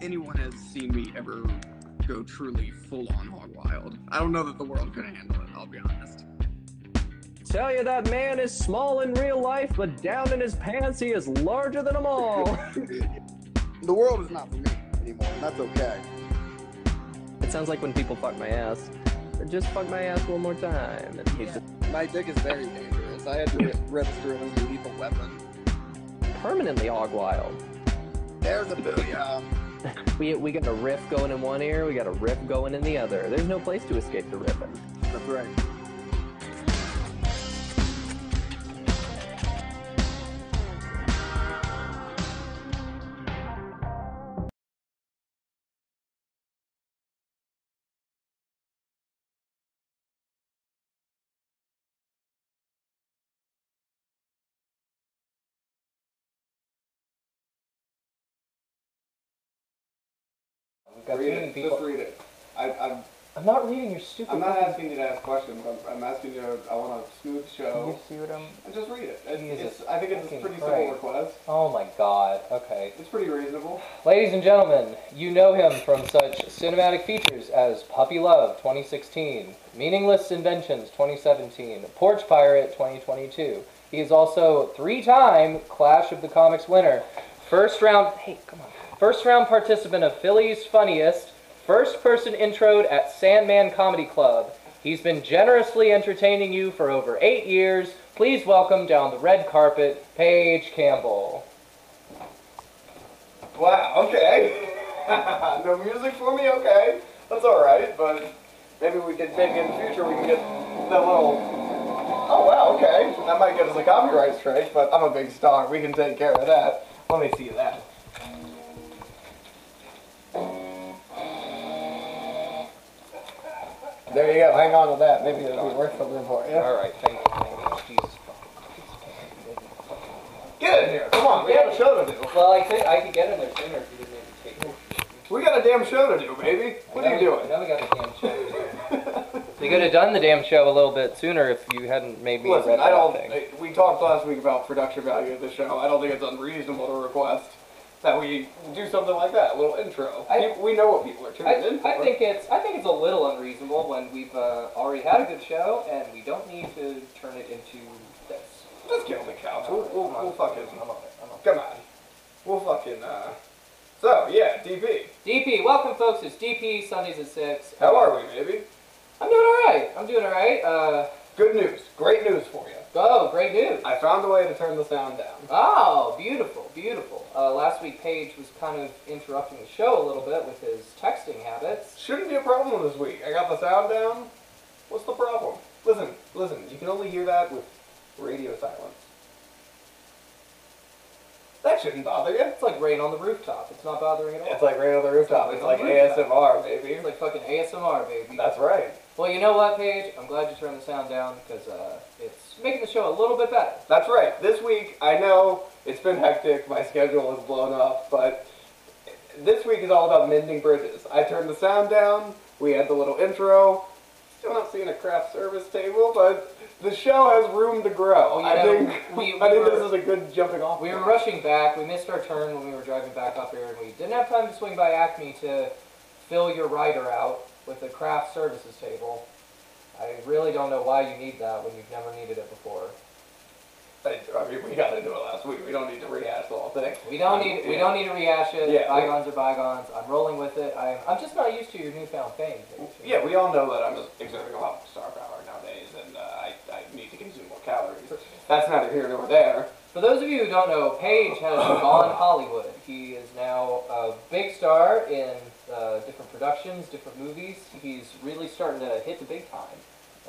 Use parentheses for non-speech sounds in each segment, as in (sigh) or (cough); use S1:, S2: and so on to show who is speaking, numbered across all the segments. S1: anyone has seen me ever go truly full on hog wild. I don't know that the world could handle it, I'll be honest.
S2: Tell you that man is small in real life, but down in his pants he is larger than them all.
S3: The world is not for me anymore, and that's okay.
S2: it sounds like when people fuck my ass. Just fuck my ass one more time. And he's just
S3: My dick is very dangerous. I had to re- register it as a lethal weapon.
S2: permanently hog wild.
S3: There's a booyah.
S2: We, we got a riff going in one ear, we got a riff going in the other. There's no place to escape the riffing.
S3: That's right. Read it. Just read it. I, I'm,
S4: I'm not reading your stupid.
S3: I'm not asking you to ask questions. I'm, I'm asking you to, I want a smooth show.
S4: see what I'm?
S3: And just read it.
S4: Jesus
S3: It's, it's, I think it's a
S4: fucking
S3: pretty simple
S4: Christ.
S3: request.
S4: Oh my god. Okay.
S3: It's pretty reasonable.
S4: Ladies and gentlemen, you know him from such cinematic features as Puppy Love 2016, Meaningless Inventions 2017, Porch Pirate 2022. He is also three-time Clash of the Comics winner, first round. Hey, come on. First round participant of Philly's Funniest, first person introed at Sandman Comedy Club. He's been generously entertaining you for over eight years. Please welcome down the red carpet, Paige Campbell.
S3: Wow, okay. (laughs) no music for me, okay. That's alright, but maybe we could, maybe in the future we can get that little. Oh wow, okay. That might get us a copyright strike, but I'm a big star. We can take care of that. Let me see that. There you go. Hang on to that. Maybe it'll be worth something for you.
S4: All right, thank you, thank you. Jesus
S3: Get in here. Come on. We got a show to do.
S4: Well, I could, I could get in there sooner if you didn't even take me.
S3: We got a damn show to do, baby. What are you doing?
S4: Now we got the damn show.
S3: (laughs)
S4: we could have done the damn show a little bit sooner if you hadn't made me read
S3: Listen,
S4: that
S3: I don't.
S4: thing.
S3: I- We talked last week about production value of the show. I don't think it's unreasonable to request that we do something like that, a little intro.
S4: I-
S3: Pe- we know what people are tuning in for.
S4: I, I think it's I think it's a little unreasonable when we've uh, already had a good show and we don't need to turn it into this.
S3: just get on the couch. We'll, we'll, we'll fucking
S4: I'm on it. I'm on it.
S3: come on. We'll fucking uh. So yeah, DP.
S4: DP, welcome folks. It's DP Sundays at six.
S3: How are we, baby?
S4: I'm doing all right. I'm doing all right. Uh,
S3: Good news. Great news for you.
S4: oh, great news.
S3: I found a way to turn the sound down.
S4: Oh, beautiful, beautiful. Uh, last week, Paige was kind of interrupting the show a little bit with his texting habits.
S3: Shouldn't be a problem this week. I got the sound down. What's the problem? Listen, listen. You can only hear that with radio silence. That shouldn't bother you.
S4: It's like rain on the rooftop. It's not bothering at all.
S3: It's like right on the rooftop. It's like ASMR, baby.
S4: It's like fucking ASMR, baby.
S3: That's right.
S4: Well, you know what, Paige? I'm glad you turned the sound down because uh, it's making the show a little bit better.
S3: That's right. This week, I know it's been hectic. My schedule is blown up, but this week is all about mending bridges. I turned the sound down. We had the little intro. Still not seeing a craft service table, but the show has room to grow.
S4: Well, Oh, you
S3: I
S4: know,
S3: think (laughs)
S4: we-
S3: I think
S4: we
S3: this
S4: were-
S3: is a good jumping off.
S4: We were
S3: point.
S4: rushing back. We missed our turn when we were driving back up here, and we didn't have time to swing by Acme to fill your rider out with the craft services table. I really don't know why you need that when you've never needed it before.
S3: I I mean, we got into it last week. We don't need to rehash the whole thing.
S4: We don't need we don't need to rehash it.
S3: Yeah.
S4: Bygones are bygones. I'm rolling with it. I'm I'm just not used to your newfound fame. Jason.
S3: Yeah, we all know that I'm exerting a lot of star power nowadays, and uh, I, I need to consume more calories. That's neither here nor there.
S4: For those of you who don't know, Paige has (coughs) gone Hollywood. He is now a big star in uh, different productions, different movies. He's really starting to hit the big time.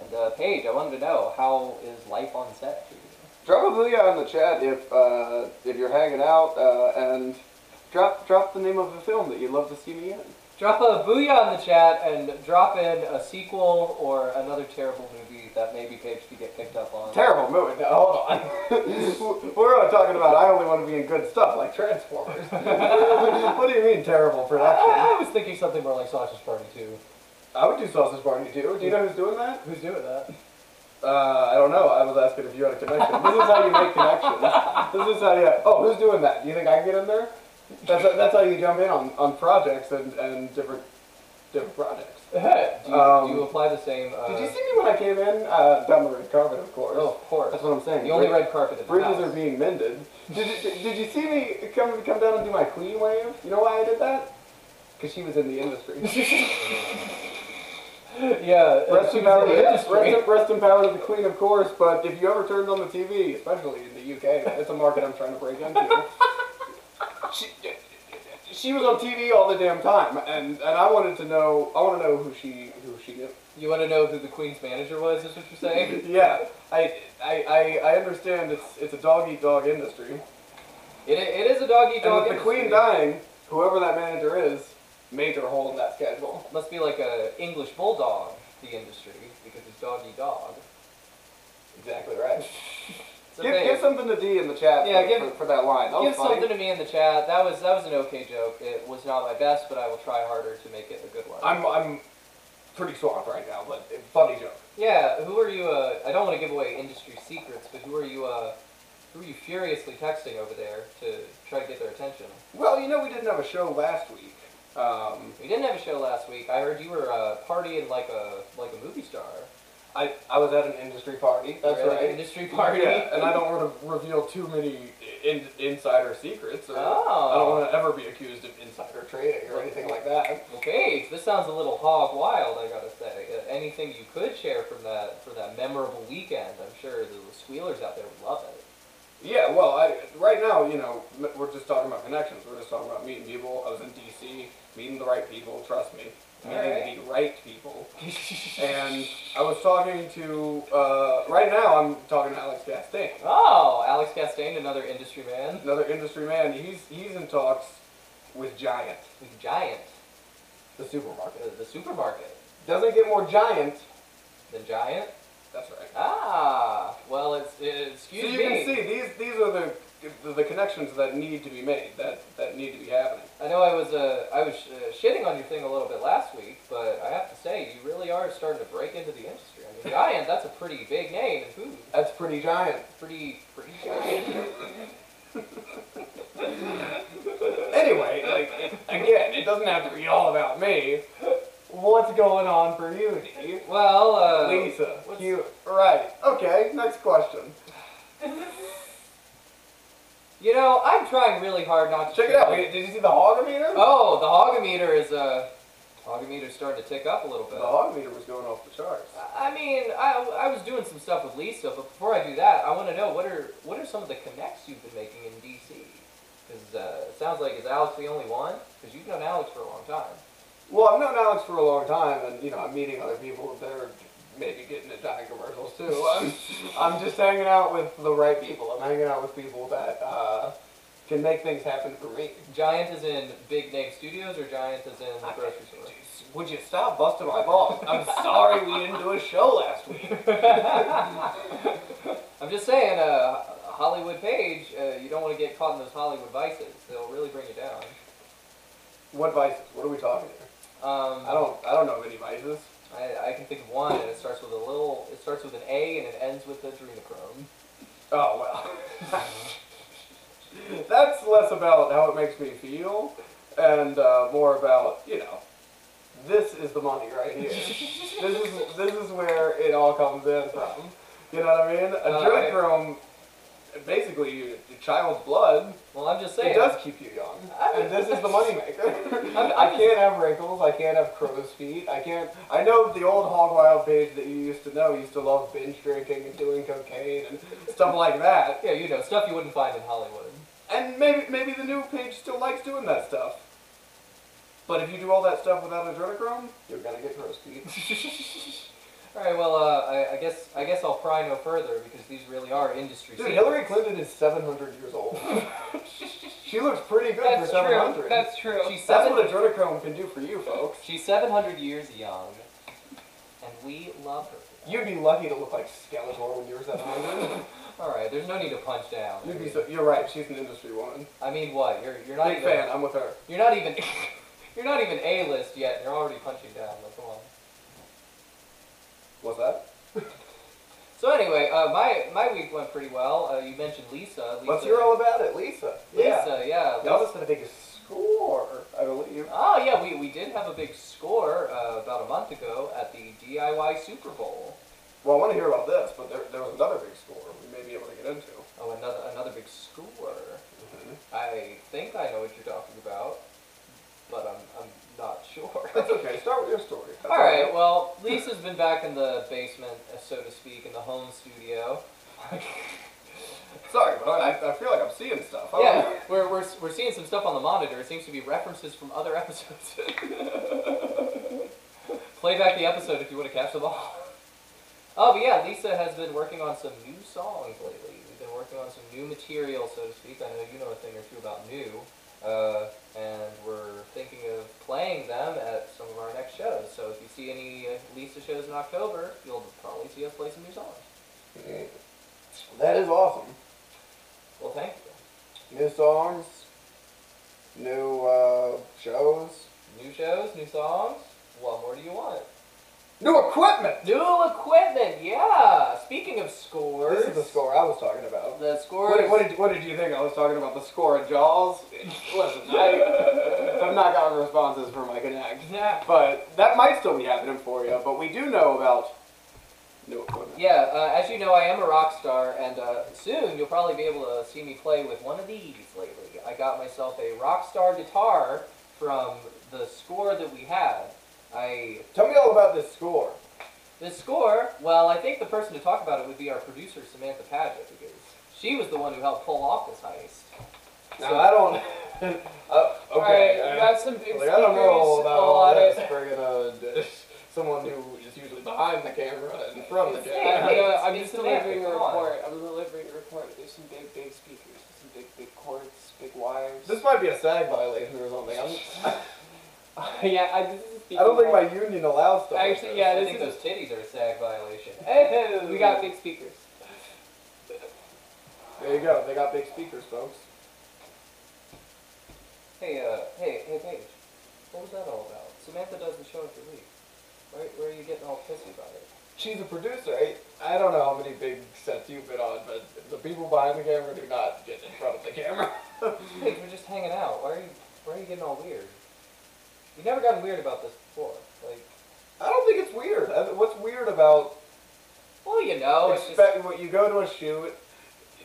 S4: And uh, Paige, I wanted to know how is life on set for you?
S3: Drop a booyah in the chat if uh, if you're hanging out, uh, and drop drop the name of the film that you'd love to see me in.
S4: Drop a booyah in the chat and drop in a sequel or another terrible movie that maybe Paige could get picked up on.
S3: Terrible movie. Now, hold on. (laughs) We're not talking about. I only want to be in good stuff like Transformers. (laughs) what do you mean terrible production?
S4: I, I was thinking something more like Sausage Party 2.
S3: I would do Sausage Party too. Do you know who's doing that?
S4: Who's doing that?
S3: Uh, I don't know. I was asking if you had a connection. This is how you make connections. This is how you. Oh, who's doing that? Do you think I can get in there?
S5: That's, that's how you jump in on, on projects and, and different different projects.
S4: Do you, do you
S5: Um,
S4: apply the same? Uh,
S5: Did you see me when I came in? Uh, down the red carpet, of course.
S4: Oh, of course.
S5: That's what I'm saying.
S4: The only
S5: Brid-
S4: red carpet in the
S5: Bridges are
S4: house.
S5: being mended. Did you, did you see me come come down and do my clean wave? You know why I did that? Because she was in the (laughs) industry.
S4: Yeah.
S5: rest,
S4: she
S5: in
S4: was
S5: power,
S4: in the
S5: yes,
S4: industry.
S5: rest, in- rest in power to the queen, of course. But if you ever turned on the TV, especially in the UK, it's a market I'm trying to break (laughs) into. she, she was on TV all the damn time, and, and I wanted to know. I want to know who she who she knew.
S4: You want to know who the Queen's manager was? Is what you're saying?
S5: Yeah, I, I, I, I understand it's it's a dog eat dog industry.
S4: It, it is a dog eat
S5: And
S4: dog.
S5: with the queen
S4: industry.
S5: dying, whoever that manager is, major hole in that schedule.
S4: Must be like a English bulldog. The industry because it's dog eat dog. (laughs)
S5: Exactly right.
S4: It's a
S5: Give,
S4: thing.
S5: give something to D in the chat.
S4: Yeah,
S5: for,
S4: give-
S5: for, for that line. That
S4: Give
S5: was funny.
S4: something to me in the chat. That was that was an okay joke. It was not my best, but I will try harder to make it a good one.
S5: I'm I'm pretty swamped right now, but it's funny joke.
S4: yeah. Who are you? Uh, I don't want to give away industry secrets, but who are you? Uh, who are you furiously texting over there to try to get their attention?
S5: Well, you know we didn't have a show last week. Um,
S4: We didn't have a show last week. I heard you were uh, partying like a like a movie star.
S5: I I was at an industry party.
S4: You were at an Industry party.
S5: (laughs) Yeah, and I don't want to reveal too many in, insider secrets. Or
S4: Oh.
S5: I don't want to ever be accused of insider trading or anything like that.
S4: Okay, this sounds a little hog wild, I gotta say. Uh, Anything you could share from that for that memorable weekend, I'm sure the squealers out there would love it.
S5: Yeah, well, I, right now, you know, m- we're just talking about connections. We're just talking about meeting people. I was in D.C., meeting the right people, trust me. Meeting
S4: Alright.
S5: the right people. and I was talking to, uh, right now, I'm talking to Alex Gastain.
S4: (laughs) Oh, Alex Castain, another industry man.
S5: Another industry man. He's, he's in talks with Giant,
S4: With Giant,
S5: the
S4: uh,
S5: supermarket.
S4: the supermarket.
S5: Doesn't get more Giant.
S4: The Giant?
S5: That's right.
S4: Ah, well, it's, it, excuse
S5: so you
S4: me.
S5: can see, these, these are the, the, the connections that need to be made, that, that need to be happening.
S4: I know I was uh, I was uh, shitting on your thing a little bit last week, but I have to say you really are starting to break into the industry. I mean, Giant, that's a pretty big name in food.
S5: That's pretty giant.
S4: Pretty pretty giant. (laughs)
S5: Anyway, like again, it doesn't have to be all about me. What's going on for you, D?
S4: Well, uh,
S5: Lisa,
S4: what's-
S5: you right? Okay, next question.
S4: You know, I'm trying really hard not to
S5: Check it out. Wait, did you see the hogometer?
S4: Oh, the hogometer is uh, hogometer's starting to tick up a little
S5: The
S4: bit.
S5: hogometer was going off the charts.
S4: I mean, I, I was doing some stuff with Lisa, but before I do that, I want to know what are what are some of the connects you've been making in DC? Because uh, it sounds like is Alex the only one? Because you've known Alex for a long time.
S5: Well, I've known Alex for a long time, and you know, I'm meeting other people. They're maybe getting into dime commercials too. (laughs) I'm, I'm just hanging out with the right people. I'm hanging out with people that uh, can make things happen for me.
S4: Giant is in big name studios, or Giant is in the
S5: I-
S4: grocery store.
S5: Would you stop busting my balls? I'm sorry we didn't do a show last week.
S4: I'm just saying, uh, Hollywood Page, uh, you don't want to get caught in those Hollywood vices. They'll really bring you down.
S5: What vices? What are we talking here?
S4: Um,
S5: I don't I don't know of any vices.
S4: I, I can think of one, and it starts with a little. It starts with an A, and it ends with adrenochrome.
S5: Oh well. (laughs) That's less about how it makes me feel and uh, more about, you know, this is the money right here. this is this is where it all comes in from. You know what I mean?
S4: Alright.
S5: Adrenochrome basically your child's blood.
S4: Well, I'm just saying.
S5: It does keep you young.
S4: I'm-
S5: And this is the moneymaker.
S4: I'm-
S5: (laughs) I can't have wrinkles. I can't have crow's feet. I can't. I know the old hog wild page that you used to know used to love binge drinking and doing cocaine and stuff like that.
S4: Yeah, you know stuff you wouldn't find in Hollywood. (laughs)
S5: And maybe maybe the new page still likes doing that stuff. But if you do all that stuff without adrenochrome, you're gonna get crow's feet.
S4: (laughs) All right, well, uh, I, I guess I guess I'll pry no further because these really are industry.
S5: Dude,
S4: secrets.
S5: Hillary Clinton is 700 years old.
S4: (laughs)
S5: she looks pretty good
S6: That's
S5: for
S6: true.
S5: 700.
S6: That's true.
S4: She's
S5: That's
S4: seven.
S5: what adrenochrome can do for you, folks.
S4: she's seven hundred years young, and we love her.
S5: You'd be lucky to look like Skeletor when you were 700.
S4: All right, there's no need to punch down.
S5: You'd be so, you're right. She's an industry woman.
S4: I mean, what? You're you're not
S5: Big
S4: even
S5: fan. I'm with her.
S4: you're not even (laughs) you're not even a list yet. and You're already punching down. Like, come on.
S5: What's that?
S4: So So anyway, uh, my my week went pretty well. Uh, you mentioned Lisa. Lisa
S5: Let's hear all about it, Lisa.
S4: Lisa, yeah.
S5: Y'all
S4: Lisa-
S5: just had a big score, I believe.
S4: Oh yeah, we, we did have a big score uh, about a month ago at the DIY Super Bowl.
S5: Well, I want to hear about this, but there, there was another big score we may be able to get into.
S4: Oh, another another big score.
S5: Mm-hmm.
S4: I think I know what you're talking about, but I'm I'm not sure. (laughs)
S5: That's okay. Start with your story. That's
S4: All right. Well, Lisa's been back in the basement, uh, so to speak, in the home studio.
S5: Sorry, but I, I feel like I'm seeing stuff. I don't
S4: Yeah,
S5: know.
S4: we're, we're, we're seeing some stuff on the monitor. It seems to be references from other episodes. (laughs) Play back the episode if you want to catch them all. Oh, but yeah, Lisa has been working on some new songs lately. We've been working on some new material, so to speak. I know you know a thing or two about new. Uh, and we're thinking of playing them at some of our next shows. So if you see any uh, Lisa shows in October, you'll probably see us play some new songs.
S5: That is awesome.
S4: Well, thank you.
S5: New songs, new uh, shows,
S4: New shows, new songs. What more do you want?
S5: new equipment.
S4: New equipment, yeah. Speaking of scores,
S5: This is the score I was talking about.
S4: The score.
S5: What, what, did, what did you think I was talking about? The score of Jaws? Listen, (laughs) I, I've not gotten responses from my connect.
S4: (laughs) Yeah.
S5: But that might still be happening for you, but we do know about new equipment.
S4: Yeah, uh, as you know, I am a rock star, and uh, soon you'll probably be able to see me play with one of these lately. I got myself a rock star guitar from the score that we had. I
S5: Tell me all about this score.
S4: the score. Well, I think the person to talk about it would be our producer Samantha Paget because she was the one who helped pull off this heist.
S5: Now, I don't. (laughs) uh,
S6: All right,
S5: okay.
S6: we
S5: uh,
S6: got some big
S5: Like, I don't know all
S6: speakers,
S5: about
S6: a
S5: all
S6: lot of- (laughs)
S5: this bringing a, uh, (laughs) someone who is usually behind the camera and from
S6: I-
S5: the
S6: I'm,
S5: camera.
S4: Yeah.
S6: gonna- I'm just
S4: It's the
S6: delivering a
S4: map, come on.
S6: report. I'm delivering a report. There's some big, big speakers. Some big, big cords, big wires.
S5: This might be a SAG violation or something. I'm,
S6: (laughs) yeah, I, this is a
S5: I don't think
S6: speaker.
S5: my union allows stuff. like
S6: Actually,
S5: this.
S6: yeah,
S4: I
S6: this
S4: think
S6: is.
S4: those titties are a SAG violation. Hey,
S6: We got big speakers.
S5: There you go. They got big speakers, folks.
S4: Hey, uh, hey, hey, Paige. What was that all about? Samantha does the show every week. Where, where are you getting all pissy about (clears throat) it?
S5: She's a producer. I, I don't know how many big sets you've been on, but the people behind the camera do not get in front of the camera. (laughs)
S4: Paige, we're just hanging out. Why are you, why are you getting all weird? You've never gotten weird about this before. Like,
S5: I don't think it's weird. I- What's weird about
S4: well, you know, Oh, it's just,
S5: expect when you go to a shoot,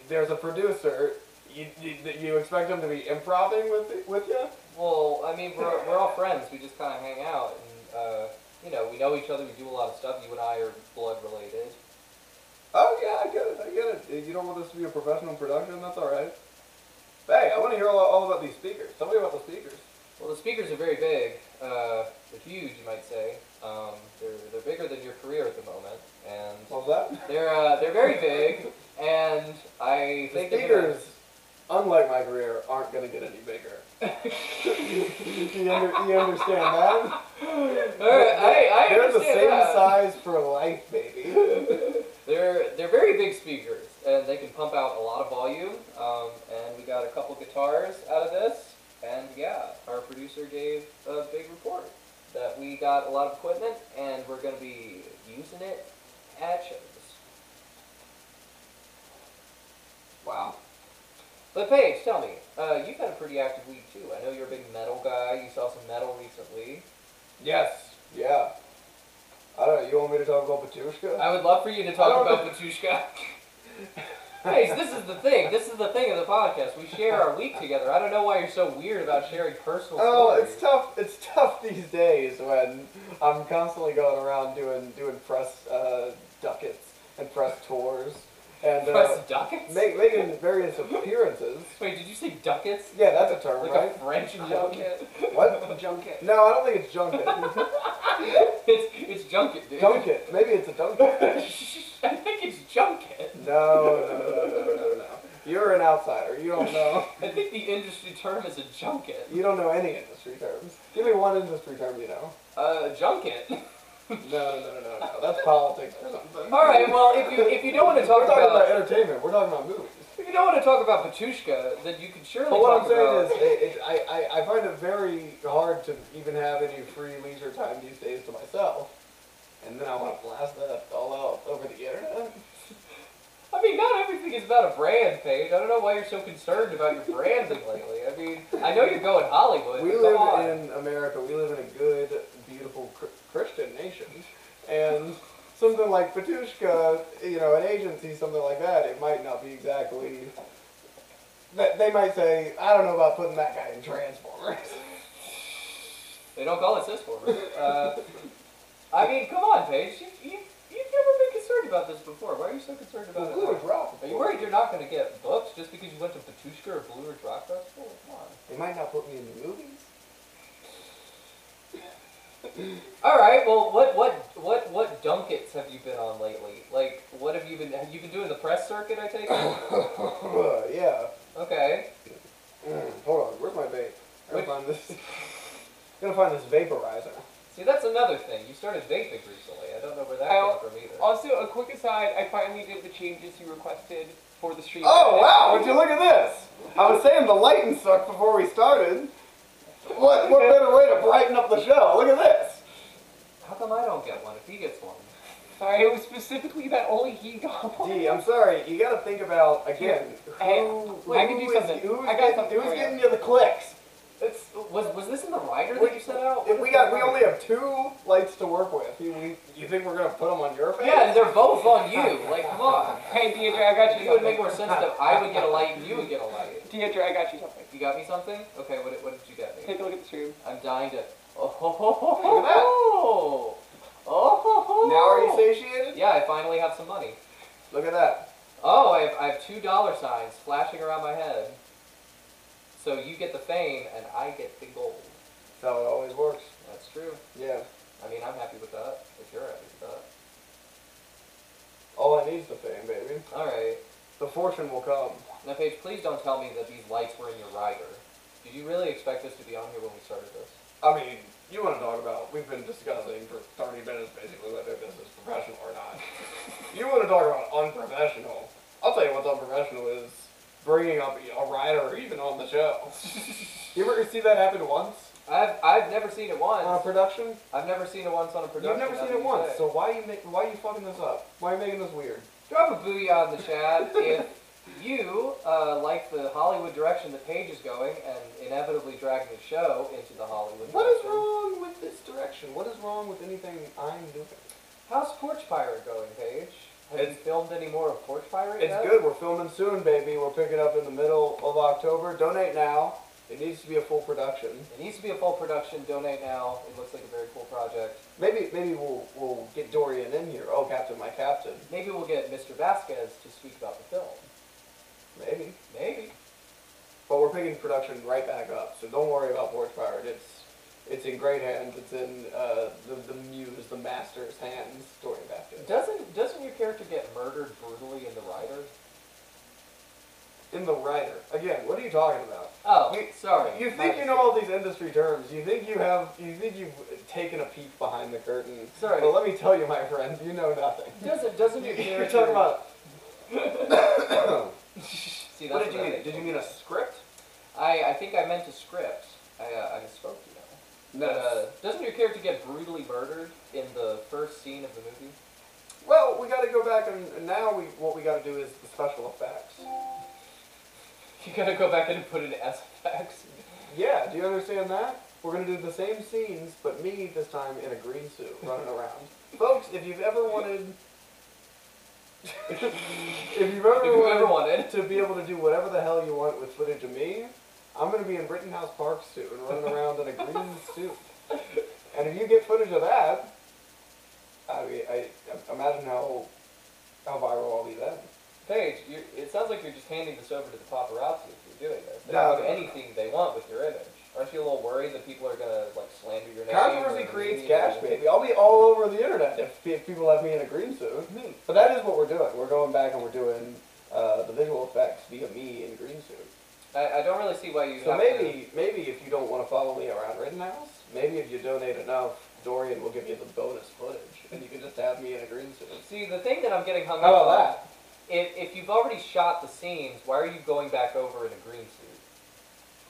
S5: there's a producer. You, you, you expect them to be improvising with with you?
S4: well, I mean, we're, we're all friends. We just kind of hang out and, uh, you know, we know each other. We do a lot of stuff. You and I are blood related.
S5: Oh yeah, I get it. I get it. You don't want this to be a professional production. That's all right. Hey, I want to hear all, all about these speakers. Tell me about the speakers.
S4: Well, the speakers are very big. Uh, they're huge, you might say. Um, they're, they're bigger than your career at the moment. And
S5: What was that?
S4: They're uh, they're very big, and I
S5: The
S4: think
S5: speakers, unlike my career, aren't going to get any bigger. (laughs) you, under, you understand that?
S4: They're, gonna- Alright, (laughs) I, I
S5: They're the
S4: understand
S5: same
S4: that.
S5: size for life, baby.
S4: They're they're very big speakers, and they can pump out a lot of volume. Um, and we got a couple guitars out of this, and yeah, our producer gave a big report that we got a lot of equipment, and we're gonna be using it at shows.
S5: wow.
S4: But Paige, tell me, uh, you've had a pretty active week too. I know you're a big metal guy. You saw some metal recently.
S5: Yes. Yeah. I don't. You want me to talk about Batushka?
S4: I would love for you to
S5: I
S4: talk
S5: don't
S4: about Batushka. (laughs) Hey, this is the thing. This is the thing of the podcast. We share our week together. I don't know why you're so weird about sharing personal
S5: Oh,
S4: stories.
S5: it's tough. It's tough these days when I'm constantly going around doing doing press uh, ducats and press tours and uh,
S4: Press ducats?
S5: make, making various appearances.
S4: Wait, did you say ducats?
S5: Yeah, that's a term,
S4: Like
S5: right?
S4: a French junket?
S5: What?
S6: Junket.
S5: No, I don't think it's junket.
S4: (laughs) it's, it's junket, dude.
S5: dunket. Maybe it's a dunket.
S4: (laughs) I (laughs) think it's junket.
S5: No, no, no, no, no, no. You're an outsider. You don't know.
S4: I think the industry term is a junket.
S5: You don't know any industry terms. Give me one industry term you know.
S4: Uh,
S5: (laughs)
S4: junket.
S5: No, no, no, no, no. That's politics or something.
S4: All right. Well, if you if you don't want to talk
S5: We're talking
S4: about,
S5: about entertainment. We're talking about movies.
S4: if you don't want to talk about Batushka, then you can surely
S5: But what
S4: talk
S5: I'm saying
S4: about-
S5: is, it, it, I, I, I find it very hard to even have any free leisure time these days to myself. And then I want to blast that all out over the internet.
S4: think it's about a brand, Paige. I don't know why you're so concerned about your branding lately. I mean, I know you're going Hollywood.
S5: We
S4: but
S5: live
S4: come on.
S5: in America. We live in a good, beautiful cr- Christian nation, and something like Patushka, you know, an agency, something like that, it might not be exactly. That they might say, I don't know about putting that guy in Transformers. (laughs)
S4: They don't call it cisformer. Uh, I mean, come on, Paige. You, you, you've never been concerned about this before. Why are you so concerned about it?
S5: Blue
S4: now?
S5: Ridge Rock.
S4: Are you worried you're not going to get booked just because you went to Batushka or Blue Ridge Rock Festival? Come on.
S5: They might not put me in the movies.
S4: All right. Well, what what what what dunkets have you been on lately? Like, what have you been? Have you been doing the press circuit? I take it. (coughs)
S5: Uh, yeah.
S4: Okay.
S5: Mm, hold on. Where's my vape? I
S4: Which-
S5: gotta find this. (laughs) gotta find this vaporizer.
S4: See, that's another thing. You started vaping recently. I don't know where that
S6: I-
S4: came from either.
S6: Also, a quick aside, I finally did the changes you requested for the stream.
S5: Oh wow! Would you look at this? I was saying the lighting sucked before we started. What what better way to brighten up the show? Look at this.
S4: How come I don't get one if he gets one?
S6: Sorry, it was specifically that only he got one.
S5: Gee, I'm sorry. You gotta think about again.
S6: Hey,
S5: Who,
S6: I can do
S5: who is-
S6: something.
S5: Who's
S6: I got
S5: getting,
S6: something for
S5: Who's
S6: you.
S5: getting you the clicks?
S4: It's was was this in the rider
S5: We-
S4: that you sent out?
S5: If we got, we only have two lights to work with. You, we, you think we're gonna put them on your face?
S4: Yeah, and they're both on you. Like, come
S5: (laughs)
S4: on.
S6: Hey, Deidre, I got you
S4: It would
S6: something.
S4: make more sense that I would get a light and you would get a light.
S6: Deidre, I got you something.
S4: You got me something? Okay, what, did- what did you get me?
S6: Take a look at the stream.
S4: I'm dying to. Oh ho ho ho
S5: Look at that.
S4: ho! Oh ho ho!
S5: Now are you satiated?
S4: Yeah, I finally have some money.
S5: Look at that.
S4: Oh, I have, I have two dollar signs flashing around my head. So you get the fame and I get the gold.
S5: That's how it always works.
S4: That's true.
S5: Yeah.
S4: I mean, I'm happy with that. If you're happy with that,
S5: All I need is the fame, baby.
S4: all right.
S5: The fortune will come.
S4: Now, Paige, please don't tell me that these lights were in your rider. Did you really expect this to be on here when we started this?
S5: I mean, you want to talk about? We've been discussing for 30 minutes basically whether this is professional or not. you want to talk about unprofessional? I'll tell you what's unprofessional is bringing up a writer even on the show. (laughs) you ever see that happen once
S4: I've I've never seen it once.
S5: on a production?
S4: I've never seen it once on a production.
S5: Uh, You've never
S4: that's
S5: seen it
S4: what you
S5: once,
S4: say.
S5: so why are you make, why are you fucking this up? Why are you making this weird?
S4: Drop a booyah in the chat if you uh, like the Hollywood direction that Paige is going and inevitably dragging the show into the Hollywood
S5: What is
S4: direction.
S5: wrong with this direction? What is wrong with anything I'm doing?
S4: How's Porch Pirate going, Paige? Have you
S5: It's-
S4: filmed any more of Porch Pirate
S5: It's
S4: yet?
S5: good. We're filming soon, baby. We're picking up in the middle of October. Donate now. It needs to be a full production.
S4: It needs to be a full production. Donate now. It looks like a very cool project.
S5: Maybe maybe we'll we'll get Dorian in here. Oh, Captain, my Captain.
S4: Maybe we'll get Mr. Vasquez to speak about the film.
S5: Maybe.
S4: Maybe.
S5: But we're picking production right back up, so don't worry about Forge Pirate. It's it's in great hands. It's in uh, the the muse, the master's hands. Dorian Vasquez.
S4: Doesn't doesn't your character get murdered brutally in The Rider?
S5: In the writer again. What are you talking about?
S4: Oh,
S5: You-
S4: sorry.
S5: You
S4: My-
S5: think you know all these industry terms. You think you have. You think you've taken a peek behind the curtain.
S4: Sorry.
S5: But let me tell you, my friend, you know nothing.
S4: (laughs) Doesn't doesn't your character?
S5: (laughs) You're talking about.
S4: See, that's
S5: what did you
S4: I
S5: mean?
S4: think.
S5: Did you mean a script?
S4: I, I think I meant to script. I, uh, I misspoke, you know.
S5: No.
S4: But, uh, doesn't your character get brutally murdered in the first scene of the movie? (laughs)
S5: Well, we got to go back and, and now we what we got to do is the special effects.
S4: You gotta go back and put in S effects.
S5: Yeah, do you understand that? We're gonna do the same scenes, but me this time in a green suit running around. Folks, if you've ever wanted, if you've ever
S4: If you
S5: wanted
S4: ever wanted.
S5: to be able to do whatever the hell you want with footage of me, I'm gonna be in Rittenhouse Park suit and running around in a green suit. And if you get footage of that, I mean, I, I imagine how how viral I'll be then.
S4: Paige, you it sounds like you're just handing this over to the paparazzi if you're doing this. They
S5: No,
S4: can do
S5: no, no.
S4: anything they want with your image. Aren't you a little worried that people are gonna, like, slander your name?
S5: Controversy
S4: or-
S5: creates cash, baby. I'll be all over the internet if, if people have me in a green suit.
S4: Hmm.
S5: But that is what we're doing. We're going back and we're doing uh, the visual effects via me in green suit.
S4: I, I don't really see why you
S5: So
S4: have
S5: maybe, maybe if you don't want to follow me around Rittenhouse, maybe if you donate enough, Dorian will give you the bonus footage, and you can just have me in a green suit.
S4: to... See, the thing that I'm getting hung
S5: How
S4: up on...
S5: about that?
S4: If, if you've already shot the scenes, why are you going back over in a green suit?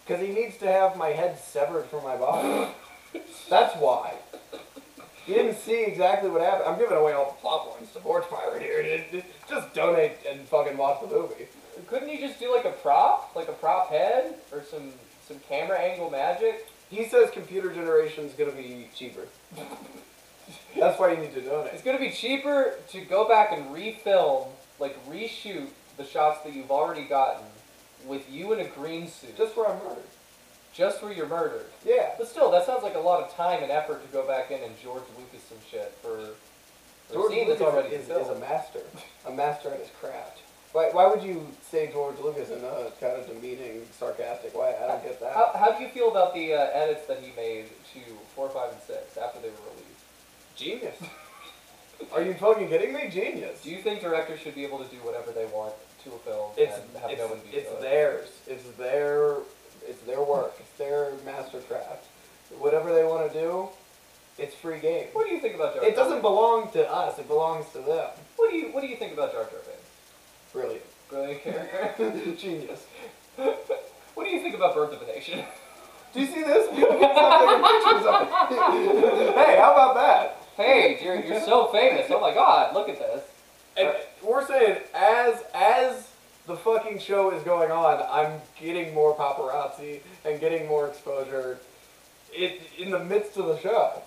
S5: Because he needs to have my head severed from my body.
S4: (laughs)
S5: That's why. You didn't see exactly what happened. I'm giving away all the plot points to Forge Pirate here. (laughs) dude. Just donate and fucking watch the movie.
S4: Couldn't you just do like a prop, like a prop head, or some some camera angle magic?
S5: He says computer generation is gonna be cheaper. That's why you need to donate.
S4: It's gonna be cheaper to go back and refilm, like reshoot the shots that you've already gotten with you in a green suit, just,
S5: Just where I'm murdered.
S4: just where you're murdered.
S5: Yeah.
S4: But still, that sounds like a lot of time and effort to go back in and George Lucas some shit for, for a
S5: George
S4: scene
S5: Lucas
S4: that's already
S5: is, is
S4: filmed.
S5: a master, a master at his craft. Why, why would you say George Lucas in a kind of demeaning, sarcastic way? I don't get that.
S4: How, how do you feel about the uh, edits that he made to four, five, and six after they were released?
S5: Genius. Are you fucking kidding me? Genius.
S4: Do you think directors should be able to do whatever they want to a film
S5: it's
S4: and have
S5: it's,
S4: no one veto
S5: it's
S4: it?
S5: theirs. It's their it's their work. It's their master craft. Whatever they want to do, it's free game.
S4: What do you think about Jar?
S5: It
S4: Jar
S5: doesn't
S4: Binks?
S5: belong to us. It belongs to them.
S4: What do you What do you think about Jar Jar Binks?
S5: Brilliant. (laughs)
S4: Brilliant character.
S5: Genius.
S4: what do you think about Birth of a Nation? (laughs)
S5: Do you see this? (laughs) People keep taking pictures of it. (laughs) hey, how about that?
S4: hey, you're you're so famous. Oh my God, look at this.
S5: And we're saying as as the fucking show is going on, I'm getting more paparazzi and getting more exposure. It in the midst of the show,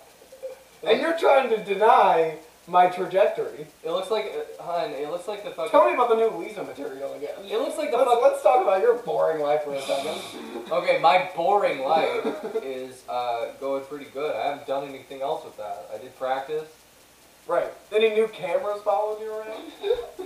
S5: and you're trying to deny my trajectory.
S4: It looks like, uh, hun. It looks like the fucking.
S5: Tell me about the new Lisa material again.
S4: It looks like the
S5: Let's,
S4: fucking.
S5: let's talk about your boring life for a second.
S4: Okay, my boring life is uh, going pretty good. I haven't done anything else with that. I did practice.
S5: Right. Any new cameras following you around?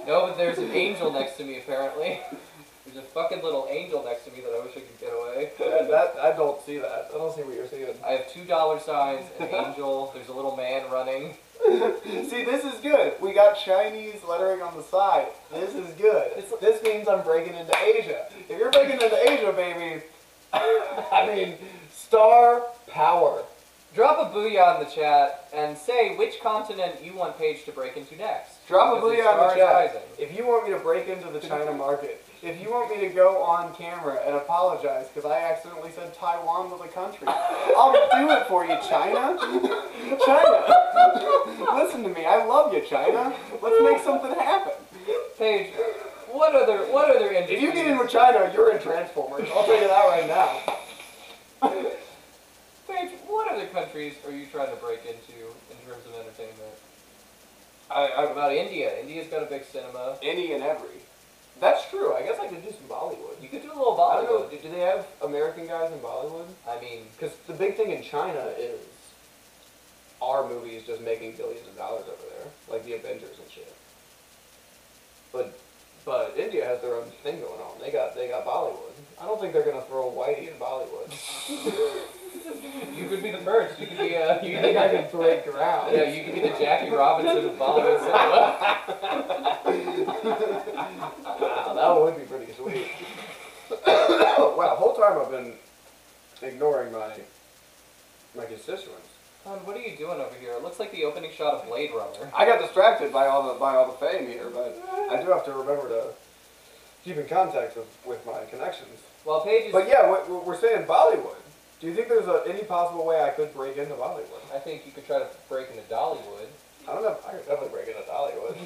S4: No, but there's an angel next to me apparently. (laughs) There's a fucking little angel next to me that I wish I could get away.
S5: Yeah, that I don't see that. I don't see what you're seeing.
S4: I have two dollar signs, an angel. There's a little man running.
S5: See, this is good. We got Chinese lettering on the side. This is good. this means I'm breaking into Asia. If you're breaking into Asia, baby, (laughs) I mean, star power.
S4: Drop a booyah in the chat and say which continent you want Paige to break into next.
S5: Drop a
S4: Because
S5: booty on
S4: stars
S5: the chat.
S4: rising.
S5: If you want me to break into the China market, if you want me to go on camera and apologize because I accidentally said Taiwan was a country, I'll do it for you, China. China, listen to me. I love you, China. Let's make something happen.
S4: Paige, what other what other industries?
S5: If you get in with China, you're in Transformers. I'll tell you that right now.
S4: Paige, what other countries are you trying to break into in terms of entertainment?
S5: I,
S4: What
S5: I,
S4: about India? India's got a big cinema.
S5: any and every. That's true. I guess I could do some Bollywood.
S4: You could do a little
S5: I don't know.
S4: Bollywood.
S5: Do do they have American guys in Bollywood?
S4: I mean,
S5: Because the big thing in China is our movies just making billions of dollars over there, like the Avengers and shit. But but India has their own thing going on. They got they got Bollywood. I don't think they're gonna throw Whitey in Bollywood.
S4: you could be the first. You could be uh, you
S5: You
S4: could
S5: think I (laughs) could break ground?
S4: Yeah, you could be the Jackie Robinson of Bollywood cinema.
S5: Wow, that would be pretty sweet. (coughs) wow, whole time I've been ignoring my my constituents.
S4: Hon, what are you doing over here? It looks like the opening shot of Blade Runner.
S5: I got distracted by all the by all the fame here, but I do have to remember to keep in contact with, with my connections.
S4: While Paige is,
S5: But yeah, what, what we're saying Bollywood. Do you think there's a, any possible way I could break into Bollywood?
S4: I think you could try to break into Dollywood.
S5: I don't know. if I could definitely break into Dollywood.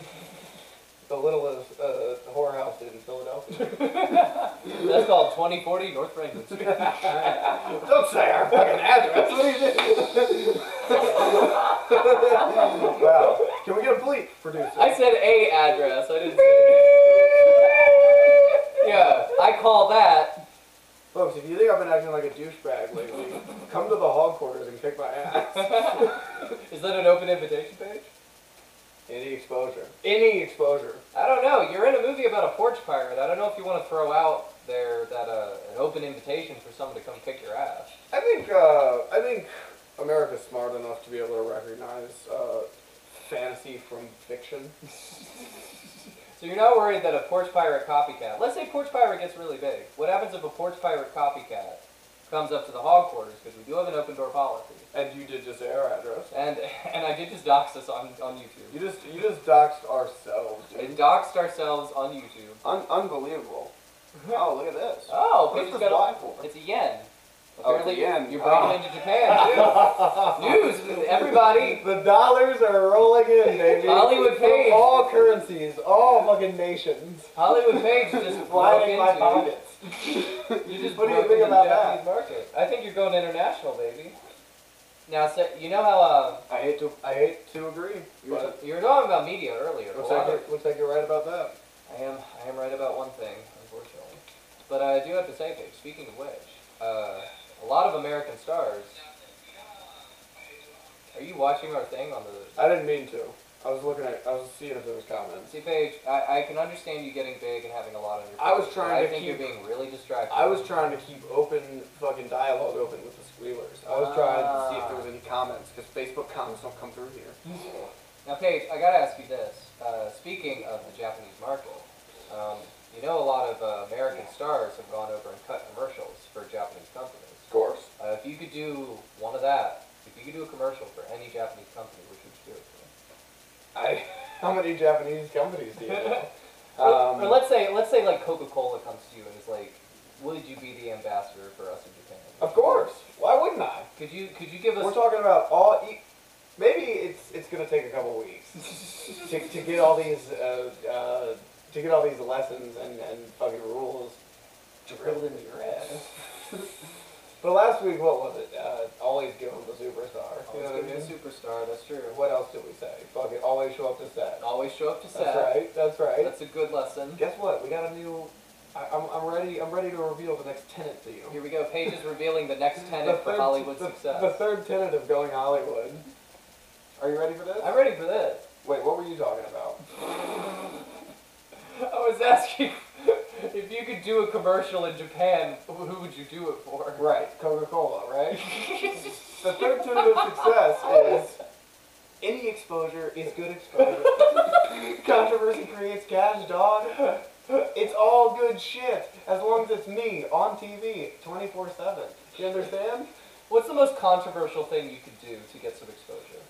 S5: the littlest uh, whorehouse in Philadelphia.
S4: That's called 2040 North Franklin Street.
S5: Don't say our fucking address. What are you (laughs) doing? wow. Can we get a bleep, producer?
S4: I said a address. I didn't. Say yeah, I call that.
S5: Folks, if you think I've been acting like a douchebag lately, come to the hall quarters and kick my ass.
S4: Is that an open invitation, Paige?
S5: Any exposure. Any exposure.
S4: I don't know. You're in a movie about a porch pirate. I don't know if you want to throw out there that uh, an open invitation for someone to come kick your ass.
S5: I think uh, I think America's smart enough to be able to recognize uh, fantasy from fiction.
S4: So you're not worried that a porch pirate copycat, let's say porch pirate gets really big. What happens if a porch pirate copycat comes up to the hog quarters because we do have an open door policy?
S5: And you did just say our address.
S4: And (laughs) and I did just dox us on, on YouTube.
S5: You just you just doxed ourselves.
S4: I
S5: dude.
S4: doxed ourselves on YouTube.
S5: Un- unbelievable. Oh, look at this.
S4: Oh,
S5: What's
S4: Paige
S5: this
S4: got a-
S5: Y for?
S4: It's a yen.
S5: Oh, it's a
S4: Apparently,
S5: yen.
S4: you're breaking
S5: Oh.
S4: into Japan.
S5: (laughs)
S4: News, news, everybody.
S5: The dollars are rolling in, baby.
S4: Hollywood
S5: From
S4: page.
S5: all currencies, all fucking nations.
S4: Hollywood Page just broke
S5: Lining
S4: into.
S5: my pockets.
S4: You just
S5: What do (laughs) you
S4: broke
S5: think
S4: into
S5: about
S4: the
S5: that?
S4: Japanese market. I think you're going international, baby. Now, so, you know how uh,
S5: I hate to, I hate to agree.
S4: you were- you were talking about media earlier.
S5: Looks
S4: A
S5: like,
S4: lot of-
S5: you're, looks like you're right about that.
S4: I am I am right about one thing, unfortunately. But I do have to say, Paige, speaking of which, uh, a lot of American stars. Are you watching our thing on the?
S5: I didn't mean to. I was looking at, I was seeing if there was comments.
S4: See, Paige, I, I can understand you getting big and having a lot on your.
S5: I was
S4: plate,
S5: trying
S4: but I
S5: to
S4: think
S5: keep-
S4: you're being really distracted.
S5: I was trying to keep open fucking dialogue open with the squealers. I was trying to see if there was any comments because Facebook comments don't come through here.
S4: Now, Paige, I gotta ask you this. Uh, speaking of the Japanese market, um, you know a lot of uh, American stars have gone over and cut commercials for Japanese companies.
S5: Of course.
S4: Uh, if you could do one of that, if you could do a commercial for any Japanese company, which would you do it for?
S5: I, (laughs) how many Japanese companies do you know?
S4: or
S5: Um,
S4: let's say, let's say like Coca-Cola comes to you and is like, "Would you be the ambassador for us in Japan?"
S5: of course. Why wouldn't I?
S4: Could you could you give us?
S5: We're talking about all. E- maybe it's it's gonna take a couple
S4: (laughs)
S5: weeks to, to get all these uh, uh, to get all these lessons and, and fucking rules drilled into
S4: (laughs)
S5: your head. but last week, what was it? Uh, always give them the superstar. You know
S4: Always
S5: what I
S4: give me a
S5: mean?
S4: superstar. That's true.
S5: What else did we say? Fucking always show up to set.
S4: Always show up to set.
S5: That's right. That's right.
S4: That's a good lesson.
S5: Guess what? We got a new. I, I'm, I'm ready. I'm ready to reveal the next tenant to you.
S4: Here we go. Paige is revealing the next
S5: (laughs) The
S4: tenet for
S5: third-
S4: Hollywood
S5: the-
S4: success.
S5: The third tenet of going Hollywood. Are you ready for this?
S4: I'm ready for this.
S5: Wait, what were you talking (laughs) about?
S4: (laughs) I was asking (laughs) if you could do a commercial in Japan, who who would you do it for?
S5: Right, Coca Cola, (laughs) right? the third tenet of success is any exposure is good (laughs) exposure. Controversy creates cash, dog. It's all good shit as long as it's me on TV 24 7. Do you understand?
S4: What's the most controversial thing you could do to get some exposure?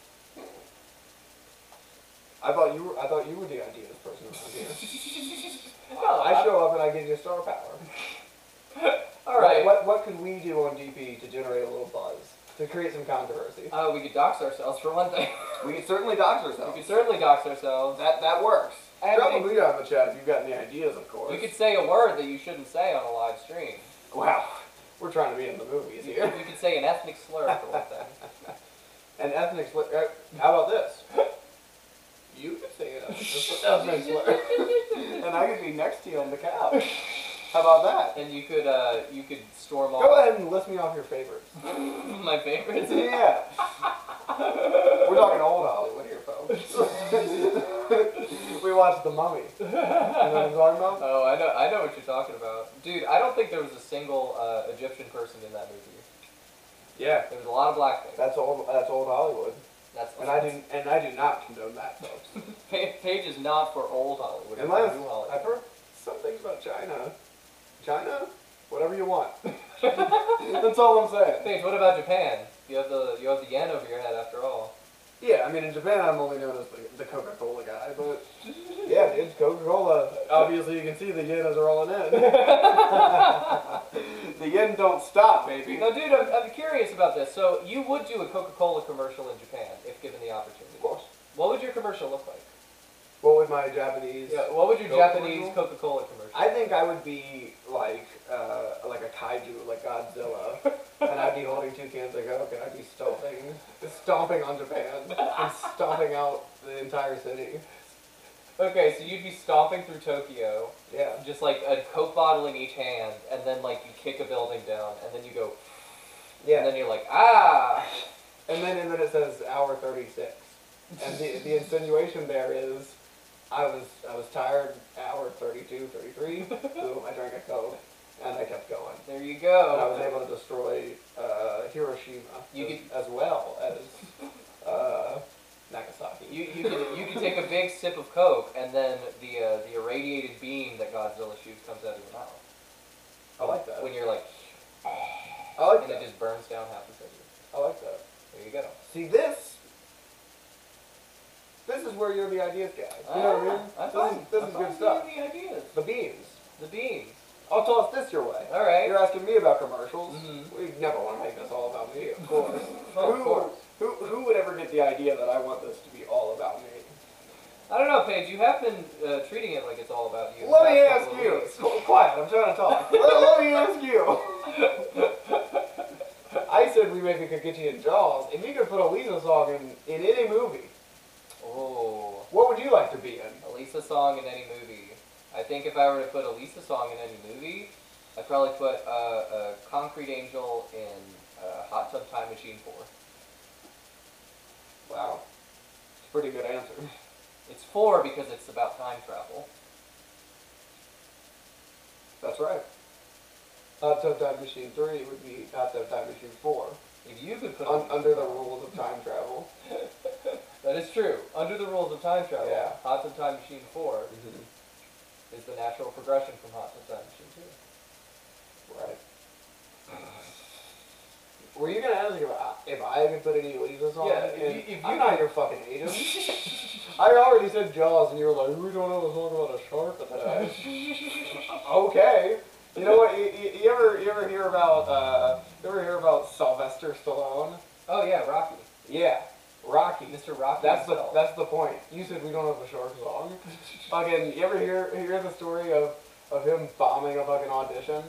S5: I thought you were, I thought you were the ideas person around (laughs) here.
S4: No,
S5: Oh, I show up and I give you star power. (laughs)
S4: All right.
S5: What, what could we do on DP to generate a little buzz? To create some controversy?
S4: Uh, we could dox ourselves for one thing. (laughs)
S3: We can certainly dox
S4: we
S3: ourselves.
S4: could certainly dox ourselves.
S3: That that works.
S4: And
S5: Drop a lead on the chat if you've got any ideas, of course.
S4: you could say a word that you shouldn't say on a live stream.
S5: Wow, we're trying to be in the movies
S4: You,
S5: here.
S4: you could say an ethnic slur for one thing.
S5: An ethnic slur. uh, How about this? You could say an ethnic slur, and I could be next to you on the couch. How (laughs) about that?
S4: And you could uh, you could storm off.
S5: Go ahead and list me off your favorites.
S4: My favorites. (laughs)
S5: Yeah. We're talking old Hollywood here, folks. (laughs) we watched The Mummy. You know what I'm talking about?
S4: Oh, I know, I know what you're talking about, dude. I don't think there was a single uh, Egyptian person in that movie.
S5: Yeah.
S4: There was a lot of black things.
S5: That's old. That's old Hollywood,
S4: That's
S5: and I do. And I do not condone that, folks.
S4: Pa- Page is not for old Hollywood. it's
S5: Unless
S4: for new
S5: I've
S4: Hollywood.
S5: heard some things about China. China, whatever you want. (laughs) That's all I'm saying.
S4: Paige, what about Japan? You have the you have the yen over your head after all.
S5: Yeah, I mean in Japan I'm only known as the, the Coca-Cola guy, but (laughs) yeah, it's Coca-Cola. Obviously you can see the yen is rolling in. (laughs) the yen don't stop, baby.
S4: No, dude, I'm, I'm curious about this. So you would do a Coca-Cola commercial in Japan if given the opportunity.
S5: Of course.
S4: What would your commercial look like?
S5: What would my Japanese?
S4: Yeah, what would your
S5: Coke
S4: Japanese
S5: commercial?
S4: Coca-Cola commercial?
S5: I think I would be like uh, like a kaiju, like Godzilla, and I'd be holding two cans of Coke, and I'd be stomping, stomping on Japan, (laughs) and stomping out the entire city.
S4: Okay, so you'd be stomping through Tokyo,
S5: Yeah,
S4: just like a Coke bottle in each hand, and then like you kick a building down, and then you go, and
S5: yeah.
S4: then you're like, ah.
S5: And then and then it says hour thirty six, and the the insinuation there is, I was I was tired, hour 32, 33, (laughs) boom, I drank a Coke, and I kept going.
S4: There you
S5: And I
S4: go.
S5: was able to destroy uh, Hiroshima
S4: You
S5: as,
S4: could-
S5: as well as uh, Nagasaki.
S4: You, you can you can take a big sip of Coke and then the uh, the irradiated beam that Godzilla shoots comes out of your mouth.
S5: I like that.
S4: When you're like,
S5: I like
S4: and
S5: that.
S4: it just burns down half the city.
S5: I like that.
S4: There you go.
S5: See this. This is where you're the ideas guy. You know what I mean?
S4: Ah, I'm
S5: this
S4: fine.
S5: is, this
S4: I'm
S5: is
S4: fine
S5: good
S4: with
S5: stuff.
S4: The ideas,
S5: The beams.
S4: the beams.
S5: I'll toss this your way.
S4: All right.
S5: You're asking me about commercials.
S4: Mhm.
S5: We never want to make this all about me,
S4: (laughs)
S5: of course.
S4: Oh, of
S5: who,
S4: course.
S5: Who, who would ever get the idea that I want this to be all about me?
S4: I don't know, Paige. You have been uh, treating it like it's all about you. the
S5: Let me
S4: past
S5: ask
S4: couple of
S5: you.
S4: weeks.
S5: Qu- Quiet, I'm trying to
S4: (laughs)
S5: talk. let, let me ask you. I said we maybe could get you in Jaws. If you could put a Lisa song in, in any movie,
S4: Oh,
S5: what would you like to be in?
S4: a Lisa song in any movie. I think if I were to put a Lisa song in any movie, I'd probably put uh, a Concrete Angel in uh, Hot Tub Time Machine 4.
S5: Wow. It's a pretty good answer.
S4: It's 4 because it's about time travel.
S5: That's right. Hot Tub Time Machine 3 would be Hot Tub Time Machine
S4: (laughs)
S5: 4.
S4: If you could put a
S5: Un- under the rules of time travel.
S4: That is true. Under the rules of time travel,
S5: Yeah.
S4: Hot Tub Time Machine 4 is the natural progression from Hot Tub Time Machine
S5: Right. Were you gonna ask if I, if I could put any Weasels on?
S4: Yeah,
S5: it?
S4: if
S5: And
S4: you- if
S5: I'm
S4: you
S5: not
S4: could-
S5: your fucking agent.
S4: (laughs)
S5: I already said Jaws, and you were like, "We don't know a song about a shark."
S4: (laughs)
S5: And then I- okay. You know what? You, you, you ever you ever hear about uh, you ever hear about Sylvester Stallone?
S4: 2. Oh, yeah, Rocky.
S5: Yeah, Rocky.
S4: Mr. Rocky.
S5: That's the
S4: himself.
S5: that's the point. You said we don't have a shark song. fucking, you ever hear hear the story of of him bombing a fucking audition,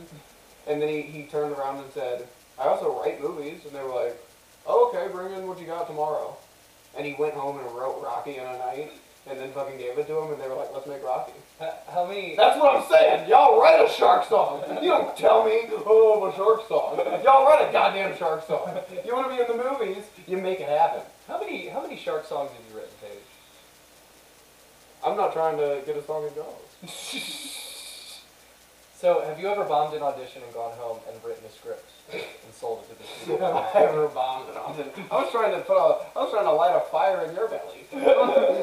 S5: and then he he turned around and said, "I also write movies," and they were like, oh, "Okay, bring in what you got tomorrow," and he went home and wrote Rocky in a night, and then fucking gave it to him, and they were like, "Let's make Rocky."
S4: H- How many?
S5: That's what I'm saying. Y'all write a shark song. You don't tell me, oh, I'm a shark song. Y'all write a goddamn shark song. You want to be in the movies? You make it happen.
S4: How many? How many shark songs have you written, Paige?
S5: I'm not trying to get a song in Jaws. (laughs)
S4: So, have you ever bombed an audition and gone home and written a script and sold it to the
S5: Have
S4: studio? (laughs)
S5: I ever bombed an oven? I was trying to put a, I was trying to light a fire in your belly. (laughs)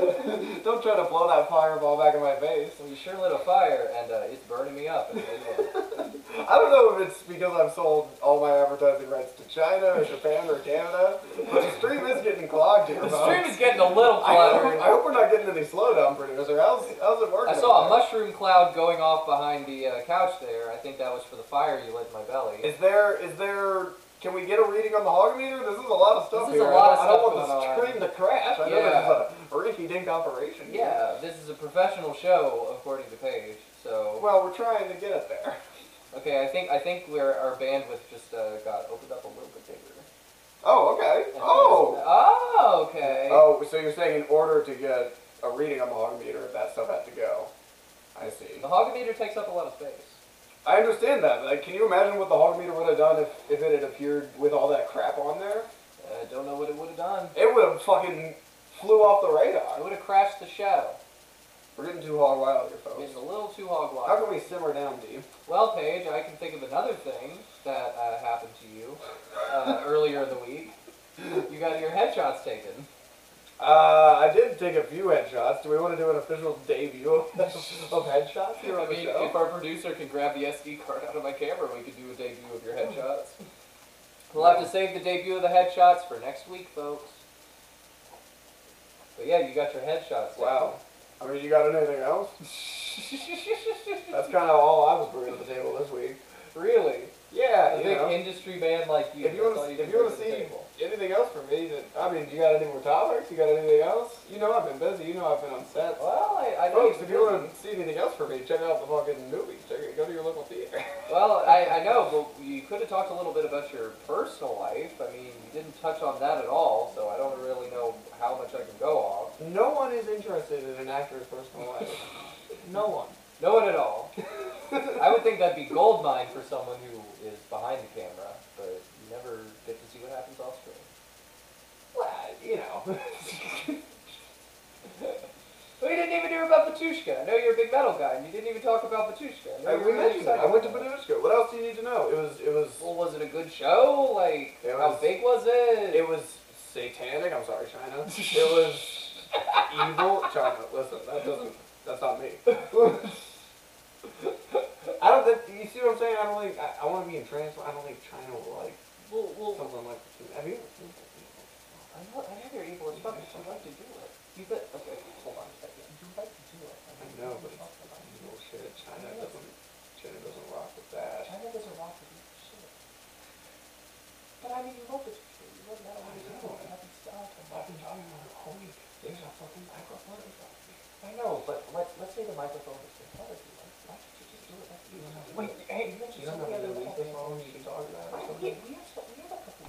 S5: Don't try to blow that fireball back in my face.
S4: Well, you sure lit a fire, and uh, it's burning me up. And it will.
S5: I don't know if it's because I've sold all my advertising rights to China or Japan or Canada, but the stream is getting clogged here,
S4: the
S5: Bob.
S4: stream is (laughs) getting a little
S5: I hope,
S4: cluttered.
S5: I hope we're not getting any slowdown, producer. How's, how's it working?
S4: I saw a
S5: over
S4: mushroom cloud going off behind the uh, couch there. I think that was for the fire you lit in my belly.
S5: there? Is there, is there, can we get a reading on the hog meter? This is a lot of stuff
S4: This is a
S5: here. I
S4: lot
S5: don't-
S4: of
S5: I don't
S4: stuff
S5: want the
S4: going on.
S5: stream to crash. I know
S4: Yeah.
S5: this is a rinky dink operation. here.
S4: yeah, this is a professional show, according to Paige. So
S5: Well, we're trying to get it there.
S4: okay, I think I think we're, our bandwidth just uh, got opened up a little bit bigger.
S5: Oh, okay. Oh.
S4: oh, okay.
S5: Oh, so you're saying in order to get a reading on the hog meter, that stuff had to go. I see.
S4: The Hogameter takes up a lot of space.
S5: I understand that. but, Like, can you imagine what the hog meter would have done if, if it had appeared with all that crap on there?
S4: I don't know what it would have done.
S5: It would have fucking flew off the
S4: It
S5: radar.
S4: would have crashed the shadow.
S5: We're getting too hog wild here, folks.
S4: It's a little too
S5: How
S4: hogwash.
S5: can we simmer down, Deep?
S4: Well, Paige, I can think of another thing that uh, happened to you
S5: (laughs)
S4: uh, earlier in the week. You got your headshots taken.
S5: Uh, I did take a few headshots. Do we want to do an official debut of, (laughs) of headshots here
S4: I
S5: on the
S4: mean, if
S5: show?
S4: our producer can grab the SD card out of my camera, we could do a debut of your headshots. We'll have to save the debut of the headshots for next week, folks. But yeah, you got your headshots. taken. (laughs)
S5: Wow. I mean, you got anything else? That's kind of all I was bringing to the table this week.
S4: really?
S5: Yeah,
S4: A
S5: you
S4: big
S5: know.
S4: industry man like you.
S5: If you want
S4: that's all
S5: to,
S4: can
S5: if you want to
S4: bring the
S5: see
S4: table.
S5: anything else from me, that I mean, you got any more topics? You got anything else? You know, I've been busy. You know, I've been on set.
S4: Well, I, I know.
S5: Folks,
S4: you've
S5: if you
S4: been
S5: want to see anything else from me, check out the fucking movies. Check it, go to your local theater.
S4: Well, I, I know, but you could have talked a little bit about your personal life. I mean, you didn't touch on that at all, so I don't really know how much I can go off.
S5: No one is interested in an actor's personal life. No one.
S4: No one at all. I would think that'd be gold mine for someone who is behind the camera, but you never get to see what happens off screen.
S5: (laughs) Well, you know. (laughs)
S4: We didn't even hear about Batushka. I know you're a big metal guy, and you didn't even talk about Batushka. I know
S5: I,
S4: you're
S5: we
S4: really
S5: mentioned that.
S4: excited
S5: I went to
S4: about it.
S5: Paducah. What else do you need to know? It was, it was,
S4: Well, was it a good show? Like,
S5: It
S4: how
S5: was-
S4: big was it?
S5: it was satanic. I'm sorry, (laughs) China. It was evil. China, listen, that doesn't. That's not me. I don't. That, you see what I'm saying? I don't think. I, I want to be in trans. but I don't think China will like
S4: Well, well,
S5: something like. Have you ever seen that?
S4: I know, I know you're evil as fuck, but you like to do it. You bet. Okay, hold on a second. You like to do it.
S5: I know, but it's evil shit. China doesn't. China doesn't rock with that.
S4: China doesn't rock with you. Shit. But I mean, you love the shit. You love that.
S5: I know. I've been talking about it all week. There's a fucking microphone in front of me.
S6: the microphone is your father. Why don't you just do it like you know?
S7: Wait, hey, you mentioned
S6: You don't
S7: something
S6: have to
S7: the other
S6: delete the
S7: day.
S6: phone, you can talk about
S7: Right,
S6: it.
S7: we, we have some, we have a couple.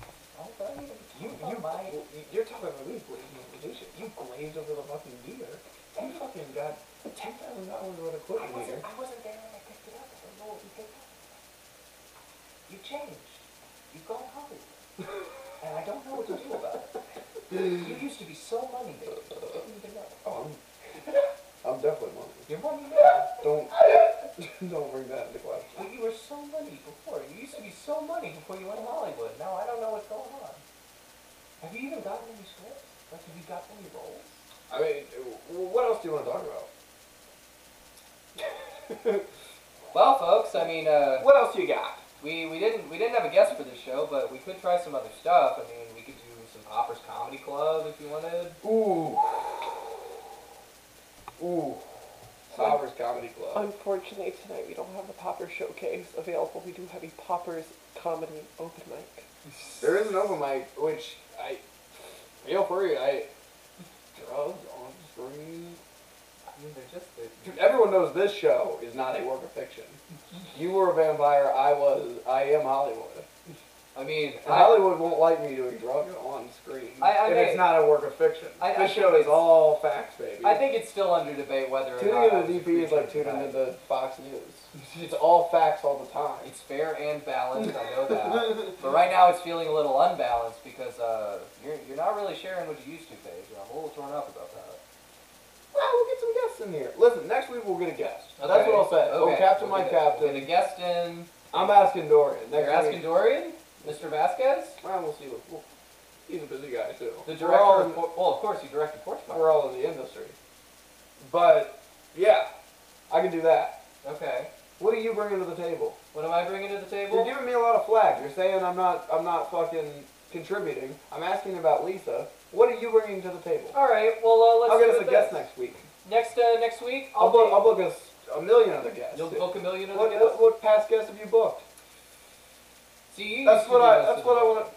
S6: You, you, well, you- you're talking about me glazing over the shit. You glazed over the fucking beer. You fucking got ten thousand dollars worth of
S7: I
S6: equipment here.
S7: wasn't, I wasn't there when I picked it up. I don't know what you picked up. You changed. You've gone hungry. and I don't know what to do about it. You used to be so money big. I didn't even know.
S6: Um,
S5: Oh, I'm, I'm definitely one.
S7: You're money now.
S6: (laughs)
S5: Don't don't bring that into question.
S7: Well, you were so money before. You used to be so money before you went to Hollywood. Now I don't know what's going on. Have you even gotten any scripts? Like, have you gotten any roles?
S5: I mean, w- what else do you want to talk about?
S4: Well, folks, I mean, uh,
S5: What else you got?
S4: we, we didn't we didn't have a guest for this show, but we could try some other stuff. I mean, we could do some Poppers Comedy Club if you wanted.
S5: Ooh. Ooh. Sovereign's Comedy Club.
S6: Unfortunately, tonight we don't have a Popper showcase available. We do have a Popper's comedy open mic.
S5: There is an open mic, which I feel free. I drugs on screen.
S4: I mean, they're just the,
S5: Dude, everyone knows this show is not a work of fiction. You were a vampire. I was. I am Hollywood.
S4: I mean,
S5: And
S4: I,
S5: Hollywood won't like me doing drugs on screen
S4: I- I
S5: if
S4: may-
S5: it's not a work of fiction.
S4: I- I
S5: this
S4: think
S5: show is
S4: it's-
S5: all facts, baby.
S4: I think it's still under debate whether or
S5: tuning
S4: not I
S5: into
S4: was a
S5: the DP is like
S4: creature
S5: tuning
S4: tonight.
S5: into Fox News. It's all facts all the time.
S4: It's fair and balanced, I know
S5: (laughs)
S4: that. but right now it's feeling a little unbalanced because uh, you're, you're not really sharing what you used to, Paige. and I'm a little torn up about that.
S5: Well, we'll get some guests in here. Listen, next week we'll get a guest. That's
S4: Okay,
S5: what I'll say. Oh,
S4: okay,
S5: Captain,
S4: we'll
S5: my
S4: get a-
S5: Captain.
S4: We'll get a guest in.
S5: I'm asking Dorian. Next
S4: You're asking
S5: week.
S4: Dorian? Mr. Vasquez?
S5: Well, we'll see. What, we'll, he's a busy guy, too.
S4: The
S5: We're
S4: director
S5: all, in,
S4: of, Por- well, of course, you directed Porch Pirates.
S5: we're all in the industry. But, yeah, I can do that.
S4: Okay.
S5: What are you bringing to the table?
S4: What am I bringing to the
S5: You're
S4: table?
S5: giving me a lot of flack. You're saying I'm not, I'm not fucking contributing. I'm asking about Lisa. What are you bringing to the table?
S4: All right. Well, uh, let's.
S5: I'll get
S4: do
S5: us a
S4: it
S5: guest
S4: then.
S5: next week.
S4: Next uh, next week,
S5: I'll
S4: I'll,
S5: book,
S4: be-
S5: I'll book us a million other guests.
S4: You'll
S5: too.
S4: book a million other
S5: What, uh,
S4: guests.
S5: what, what past guests have you booked?
S4: See, you used
S5: That's
S4: to
S5: what
S4: do
S5: I.
S4: most
S5: That's
S4: of
S5: what I
S4: it.
S5: want. to...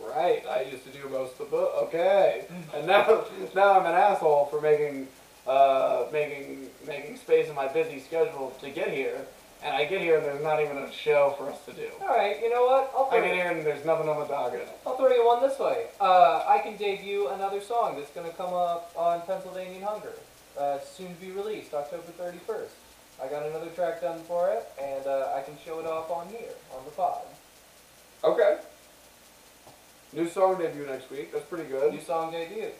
S5: Right. I used to do most of the book. Okay. And (laughs) now, now I'm an asshole for making, uh, making, making space in my busy schedule to get here. And I get here and there's not even a show for us to do.
S4: All right. You know what? I'll
S5: I
S4: throw,
S5: get here and there's nothing on the docket.
S4: I'll throw you one this way. Uh, I can debut another song that's going to come up on Pennsylvania Hunger, uh, soon to be released, October 31st. I got another track done for it, and uh, I can show it off on here on the pod.
S5: Okay. New song debut next week. That's pretty good.
S4: New song debut.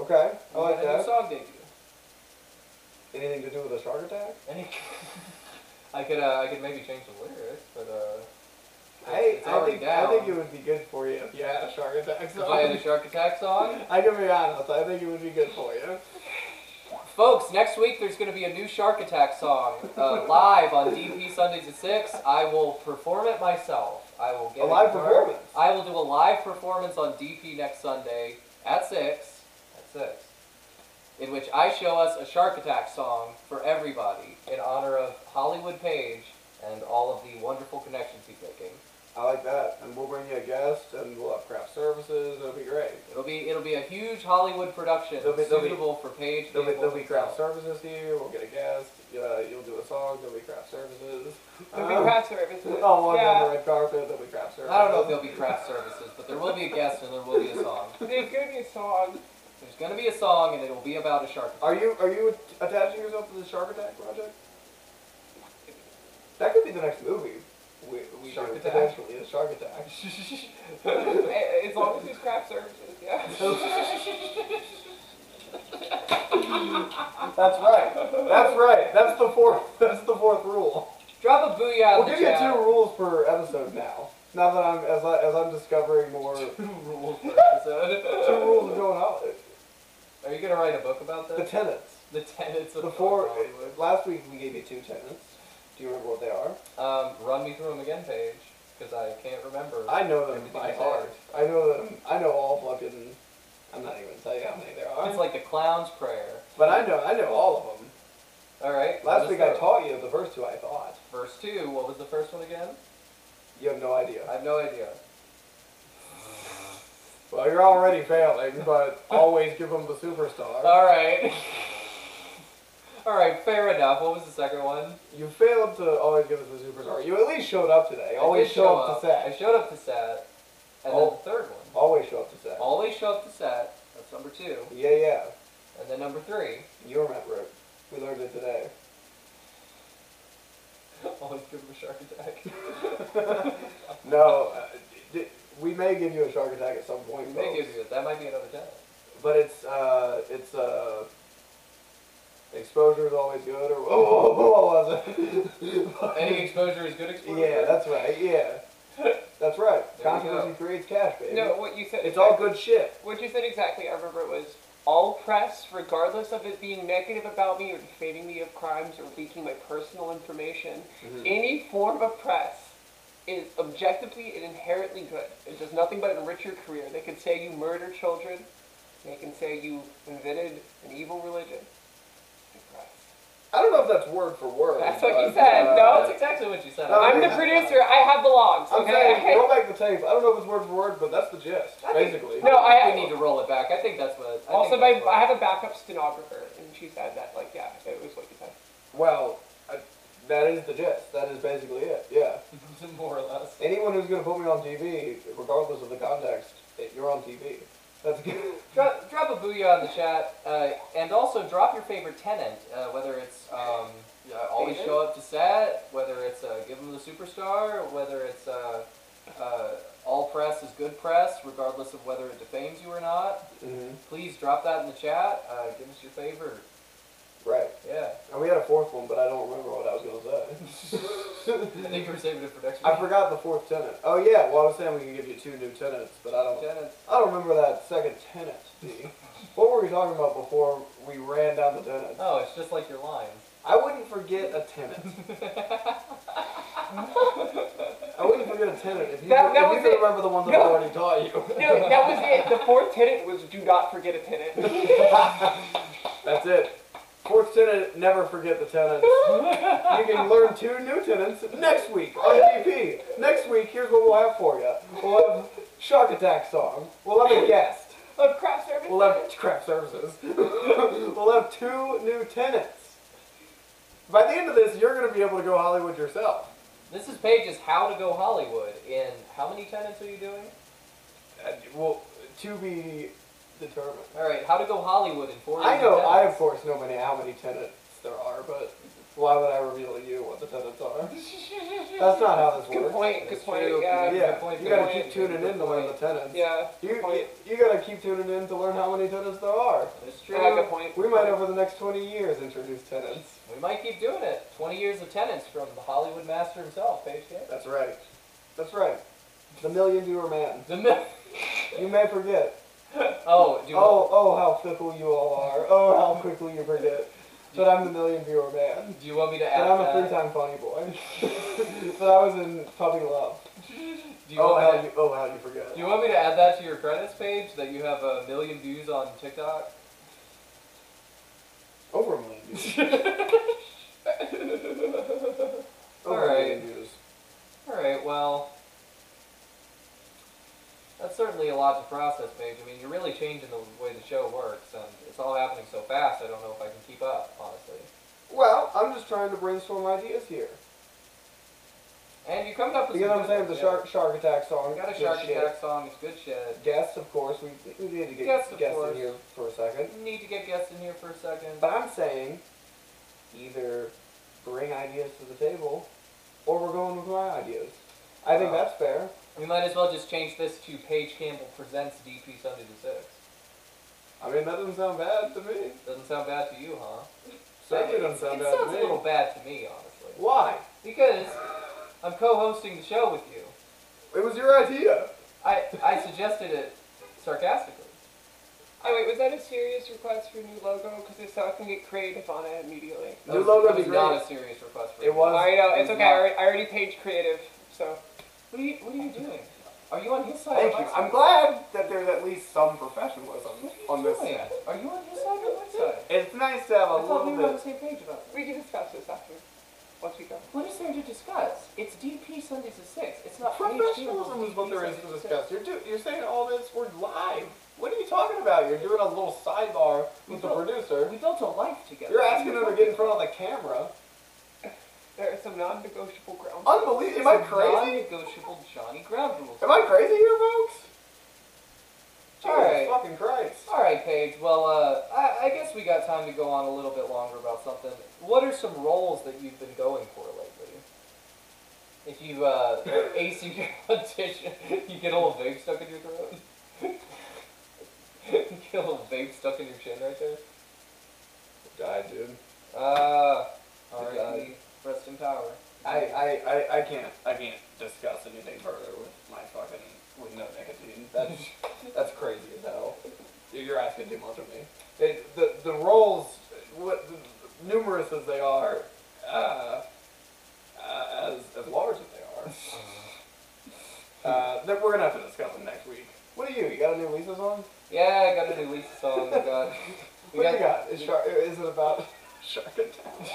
S5: Okay. I
S4: We
S5: like
S4: got a New
S5: that.
S4: song debut.
S5: Anything to do with a shark attack?
S4: Any, (laughs) I could uh, I could maybe change the lyrics, but uh,
S5: I,
S4: it's
S5: I
S4: already
S5: think I think
S4: down.
S5: it would be good for you if you had a shark attack
S4: if I had
S5: song.
S4: a shark attack song.
S5: (laughs) I can be honest. I think it would be good for you.
S4: Folks, next week there's going to be a new shark attack song uh, live on DP Sundays at six. I will perform it myself. I will get
S5: A live
S4: guitar.
S5: performance.
S4: I will do a live performance on DP next Sunday at six. At six. In which I show us a shark attack song for everybody in honor of Hollywood Page and all of the wonderful connections he's making.
S5: I like that. And we'll bring you a guest, and we'll have craft services. It'll be great.
S4: It'll be it'll be a huge Hollywood production
S5: There'll be- there'll be-
S4: suitable for Page.
S5: There'll be, there'll be craft
S4: Stone.
S5: services here. We'll get a guest. Uh, you'll do a song. There'll be craft (laughs) services.
S6: There'll
S5: Um,
S4: Oh.
S6: be craft services.
S5: I'll walk down the
S6: yeah.
S5: red carpet. There'll be craft services.
S4: I don't know if there'll be craft services, but there will be a guest and there will be a song.
S6: There's gonna be a song.
S4: There's gonna be a song and it'll be about a shark.
S5: Are you are you attaching yourself to the Shark Attack project? That could be the next movie. We, we
S4: Shark
S5: do
S4: Attack?
S5: potentially a Shark Attack.
S6: (laughs) A- As long as there's craft services, yeah.
S4: (laughs)
S5: That's right. That's right. That's the fourth. (laughs) That's the fourth rule.
S4: Drop a booyah
S5: We'll
S4: in the
S5: give you
S4: chat.
S5: two rules per episode now. Now that I'm as I, as I'm discovering (laughs) more two
S4: (laughs) rules per episode.
S5: rules are going out.
S4: Are you gonna write a book about
S5: The
S4: this? (laughs)
S5: tenants.
S4: The tenets of
S5: The four.
S4: Hollywood.
S5: Last week we gave you two tenants. Do you remember what they are?
S4: Um, run me through them again, Paige, because I can't remember.
S5: I know them
S4: Everything
S5: by
S4: is
S5: heart. I know them. I know all fucking. I'm not even gonna tell you how many there
S4: It's
S5: are.
S4: like the clown's prayer.
S5: But I know. I know all of them.
S4: All right. let
S5: Last
S4: us
S5: week
S4: know.
S5: I taught you the first two I thought.
S4: Verse two. What was the first one again?
S5: You have no
S4: I
S5: idea.
S4: have no idea.
S5: Well, you're (laughs) Uh, already failing, but always give them the
S4: (laughs)
S5: superstar.
S4: All right. All All right, fair enough. What was the second one?
S5: You failed to always give us the superstar. You at least showed up today. Always
S4: I did
S5: show, up, to
S4: I
S5: set.
S4: showed up to set. And
S5: Oh.
S4: then the third one.
S5: Always show up to set.
S4: Always show up to set. That's number two.
S5: Yeah, yeah.
S4: And then number three.
S5: You remember it. We learned it today.
S4: Always give him a shark attack.
S5: No, uh, d- d- we may give you a shark attack at some point,
S4: They
S5: folks.
S4: give you it. That might be another challenge.
S5: but it's uh, it's uh, exposure is always good. Or oh, oh, oh, what was it? (laughs)
S4: Any exposure is good exposure.
S5: yeah, that's right. Yeah, that's right.
S4: There we
S5: Controversy creates cash, baby.
S8: No, what you said.
S5: it's all good shit.
S8: What you said exactly, I remember, was all press, regardless of it being negative about me or defaming me of crimes or leaking my personal information, any form of press is objectively and inherently good. It does nothing but enrich your career. They can say you murdered children. They can say you invented an evil religion. Good press.
S5: I don't know if that's word for word.
S8: That's what you
S5: but,
S8: said.
S5: uh,
S8: No,
S4: That's exactly what you said.
S5: No,
S8: I'm the
S5: yeah.
S8: producer. I have the logs.
S5: I'm
S8: Okay.
S5: saying, roll back the tape. I don't know if it's word for word, but that's the gist, basically.
S8: (laughs) no,
S4: I
S8: I,
S4: think we need to roll it back. I think that's what. I
S8: Also,
S4: think
S8: my,
S4: that's what-
S8: I have a backup stenographer, and she said that, like, yeah, it was what you said.
S5: Well, I, that is the gist. That is basically it.
S8: (laughs)
S5: Yeah.
S4: more or less.
S5: Anyone who's going to put me on TV, regardless of the context, that you're on TV. That's good.
S4: Drop, drop a booyah on the chat, uh, and also drop your favorite tenant, uh, whether it's um, yeah, always
S8: David?
S4: show up to set, whether it's uh, give them the superstar, whether it's uh, uh, all press is good press, regardless of whether it defames you or not.
S5: Mm-hmm.
S4: Please drop that in the chat. Uh, give us your favorite.
S5: (laughs) Right.
S4: Yeah,
S5: And we had a fourth one, but I don't remember what I was
S8: (laughs)
S5: going to
S4: I
S5: say.
S4: think we're saving it for next
S5: I
S4: week.
S5: forgot the fourth tenant. Oh yeah. Well, I was saying we could give you two new tenants, but I don't.
S4: Tenants.
S5: I don't remember that second
S8: (laughs)
S5: tenant. D. What were we talking about before we ran down the tenants?
S4: Oh, it's just like your lines.
S5: I wouldn't forget a
S8: (laughs)
S5: tenant. I wouldn't forget a tenant if you,
S8: That- that
S5: if you
S8: was
S5: could
S8: it.
S5: remember the ones I've
S8: No.
S5: already taught you.
S8: No, that was it. The fourth tenant was do not forget a tenant. (laughs)
S5: That's it. Fourth tenant, never forget the
S8: (laughs)
S5: tenants. you can learn two new tenants next week on DP. Next week, here's what we'll have for you. We'll have Shark Attack song. We'll have a guest.
S8: Of craft service.
S5: We'll have craft services. (laughs) we'll have two new tenants. By the end of this, you're going to be able to go Hollywood yourself.
S4: This is Paige's How to Go Hollywood. In how many tenants are you doing?
S5: Uh, well, to be determined.
S4: All right, How to Go Hollywood in four.
S5: I
S4: easy
S5: know, I of
S4: tenets.
S5: course know many how many tenants there are, but why would I reveal to you what the tenants are? That's not how this
S8: (laughs) Good
S5: works.
S8: point. Good
S4: That's
S8: point.
S4: true.
S8: Yeah.
S5: Yeah,
S4: point,
S5: you
S4: good
S5: gotta
S4: point,
S5: keep tuning
S4: good
S5: in to learn the
S4: point.
S5: tenants.
S8: Yeah.
S5: You,
S8: Good point.
S5: you, you gotta keep tuning in to learn how many tenants there are.
S4: It's true.
S8: Yeah, good point.
S5: We might over the next 20 years introduce tenants.
S4: We might keep doing it. 20 years of tenants from the Hollywood master himself, Paige Gates.
S5: That's right. That's right. The million doer man.
S4: The mil- (laughs)
S5: You may forget.
S4: oh, do
S5: Oh, oh, how fickle you all are. Oh, how quickly you forget. But I'm the million viewer man.
S4: do you want me to
S5: That
S4: add
S5: I'm a
S4: that?
S5: three-time funny boy. (laughs) that I was in Puppy Love.
S4: Do you,
S5: Oh
S4: want
S5: how
S4: me
S5: you oh how you forget.
S4: to, do you want me to add that to your credits page that you have a million views on TikTok? (laughs)
S5: Over a million views.
S4: (laughs)
S5: Over a
S4: Alright.
S5: million views.
S4: All right, well, that's certainly a lot to process, Paige. I mean, you're really changing the way the show works, and it's all happening so fast. I don't know if I can keep up, honestly.
S5: Well, I'm just trying to brainstorm ideas here.
S4: And you're coming up with
S5: You know
S4: some
S5: what I'm
S4: good
S5: saying? The
S4: ones,
S5: shark shark attack
S4: yeah.
S5: song.
S4: We got a
S5: good
S4: Shark
S5: shit.
S4: Attack song. It's good shit.
S5: Guests, of course. We, we need to get
S4: Guests, of course.
S5: in here for a second.
S4: Need to get guests in here for a second.
S5: But I'm saying, either bring ideas to the table, or we're going with my ideas. I think
S4: Wow.
S5: that's fair.
S4: We might as well just change this to Paige Campbell presents DP Sunday to Six.
S5: I mean, that doesn't sound bad to me.
S4: Doesn't sound bad to you, huh?
S5: Certainly doesn't sound
S4: it
S5: bad
S4: sounds
S5: to
S4: a
S5: me.
S4: little bad to me, honestly.
S5: Why?
S4: Because I'm co-hosting the show with you.
S5: It was your idea.
S4: I I suggested it sarcastically.
S8: Oh wait, was that a serious request for a new logo? Because if so, I can get creative on it immediately. Oh,
S4: That
S5: New
S4: was-
S5: logo's
S4: that was
S5: great.
S4: not a serious request for
S5: It was.
S8: I know it's
S4: It's
S8: okay. I
S4: not-
S8: already, I already paged creative, so
S4: What are you What are you doing? Are you on his side?
S5: Thank
S4: or
S5: you.
S4: my side?
S5: I'm glad that there's at least some professionalism
S4: What are you
S5: on this
S4: doing?
S5: set.
S4: Are you on his side or my side?
S5: It's nice to have a
S4: I thought we
S5: little
S4: were on the
S5: bit.
S4: same page about this.
S8: we can discuss this after once we go.
S4: What is there to discuss? It's DP Sundays at six. It's not Paige Campbell's
S5: Professionalism is what
S4: DP
S5: there is
S4: Sundays
S5: to
S4: at 6.
S5: discuss. You're, do, you're saying all this, we're live. What are you talking about? You're doing a little sidebar with the
S4: Well,
S5: producer.
S4: We built a life together.
S5: You're asking her to get in front of the camera.
S8: There are some non-negotiable ground.
S5: Unbelievable. Am I crazy?
S7: Non-negotiable Johnny ground rules.
S5: Am I crazy here, folks? Jesus
S4: Alright.
S5: fucking Christ.
S4: All right, Paige. Well, uh, I, I guess we got time to go on a little bit longer about something. What are some roles that you've been going for lately? If you uh, (laughs) ace your audition, you get a little vape stuck in your throat. (laughs) you get a little vape stuck in your chin right there.
S5: Die, dude.
S4: Uh,
S5: Alright.
S4: R.I.P. Rest in power.
S5: I, I, I, I can't I can't discuss anything further with my fucking with no nicotine. (laughs) That's that's crazy as hell. Dude, You're asking too much of me. It, the the roles, what numerous as they are, uh, uh, as as large as they (laughs) are, uh, that we're gonna have to discuss them next week. What do you? You got a new Lisa song?
S4: Yeah, I got a new Lisa song. I (laughs) got.
S5: What do you got? Is, Shark, is it about (laughs) Shark (laughs) Attack?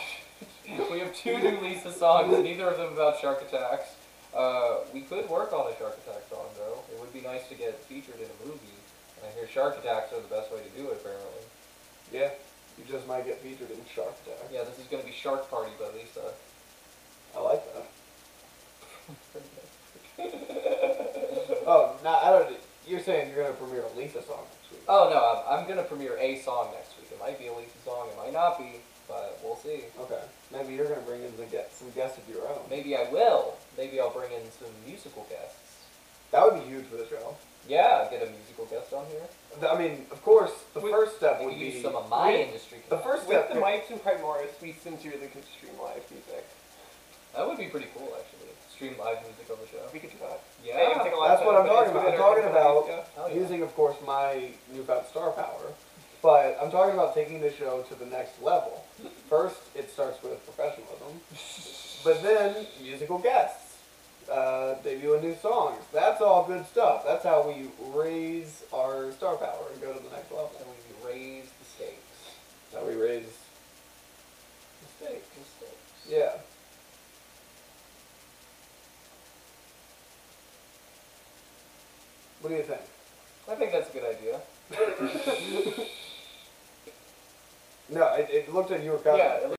S4: We have two new Lisa songs, neither of them about shark attacks. Uh, we could work on a shark attack song, though. It would be nice to get featured in a movie. And I hear shark attacks are the best way to do it, apparently.
S5: Yeah, you just might get featured in Shark Attack.
S4: Yeah, this is going to be Shark Party by Lisa.
S5: I like that. (laughs) oh, no, I don't. You're saying you're gonna premiere a Lisa song next week?
S4: Oh, no, I'm, I'm going to premiere a song next week. It might be a Lisa song, it might not be, but we'll see.
S5: Okay. Maybe you're gonna bring in the guest, some guests of your own.
S4: Maybe I will. Maybe I'll bring in some musical guests.
S5: That would be huge for the show.
S4: Yeah, get a musical guest on here.
S5: Th- I mean, of course, the
S8: We-
S5: first step
S4: We
S5: would
S4: could
S5: be
S4: use some of my
S8: we-
S4: industry.
S5: the first
S8: With
S5: step.
S8: the mics and Primoris, we sincerely could stream live music.
S4: That would be pretty cool, actually. Stream live music on the show.
S8: We could do that.
S4: Yeah.
S8: It would take a lot of
S5: That's
S8: time,
S5: what I'm
S8: but
S5: talking
S8: it's
S5: about. I'm
S8: better
S5: talking
S8: than
S5: about
S8: stuff.
S4: Oh, yeah.
S5: using, of course, my newfound star power. But I'm talking about taking the show to the next level. First, it starts with professionalism, but then musical guests, uh, debuting new songs. That's all good stuff. That's how we raise our star power and go to the next level.
S4: And we raise the stakes.
S5: That's how we raise mistakes.
S4: The stakes.
S5: Yeah. What do you think?
S4: I think that's a good idea.
S5: No, it, it looked like you were kind
S4: Yeah,
S5: of.
S4: it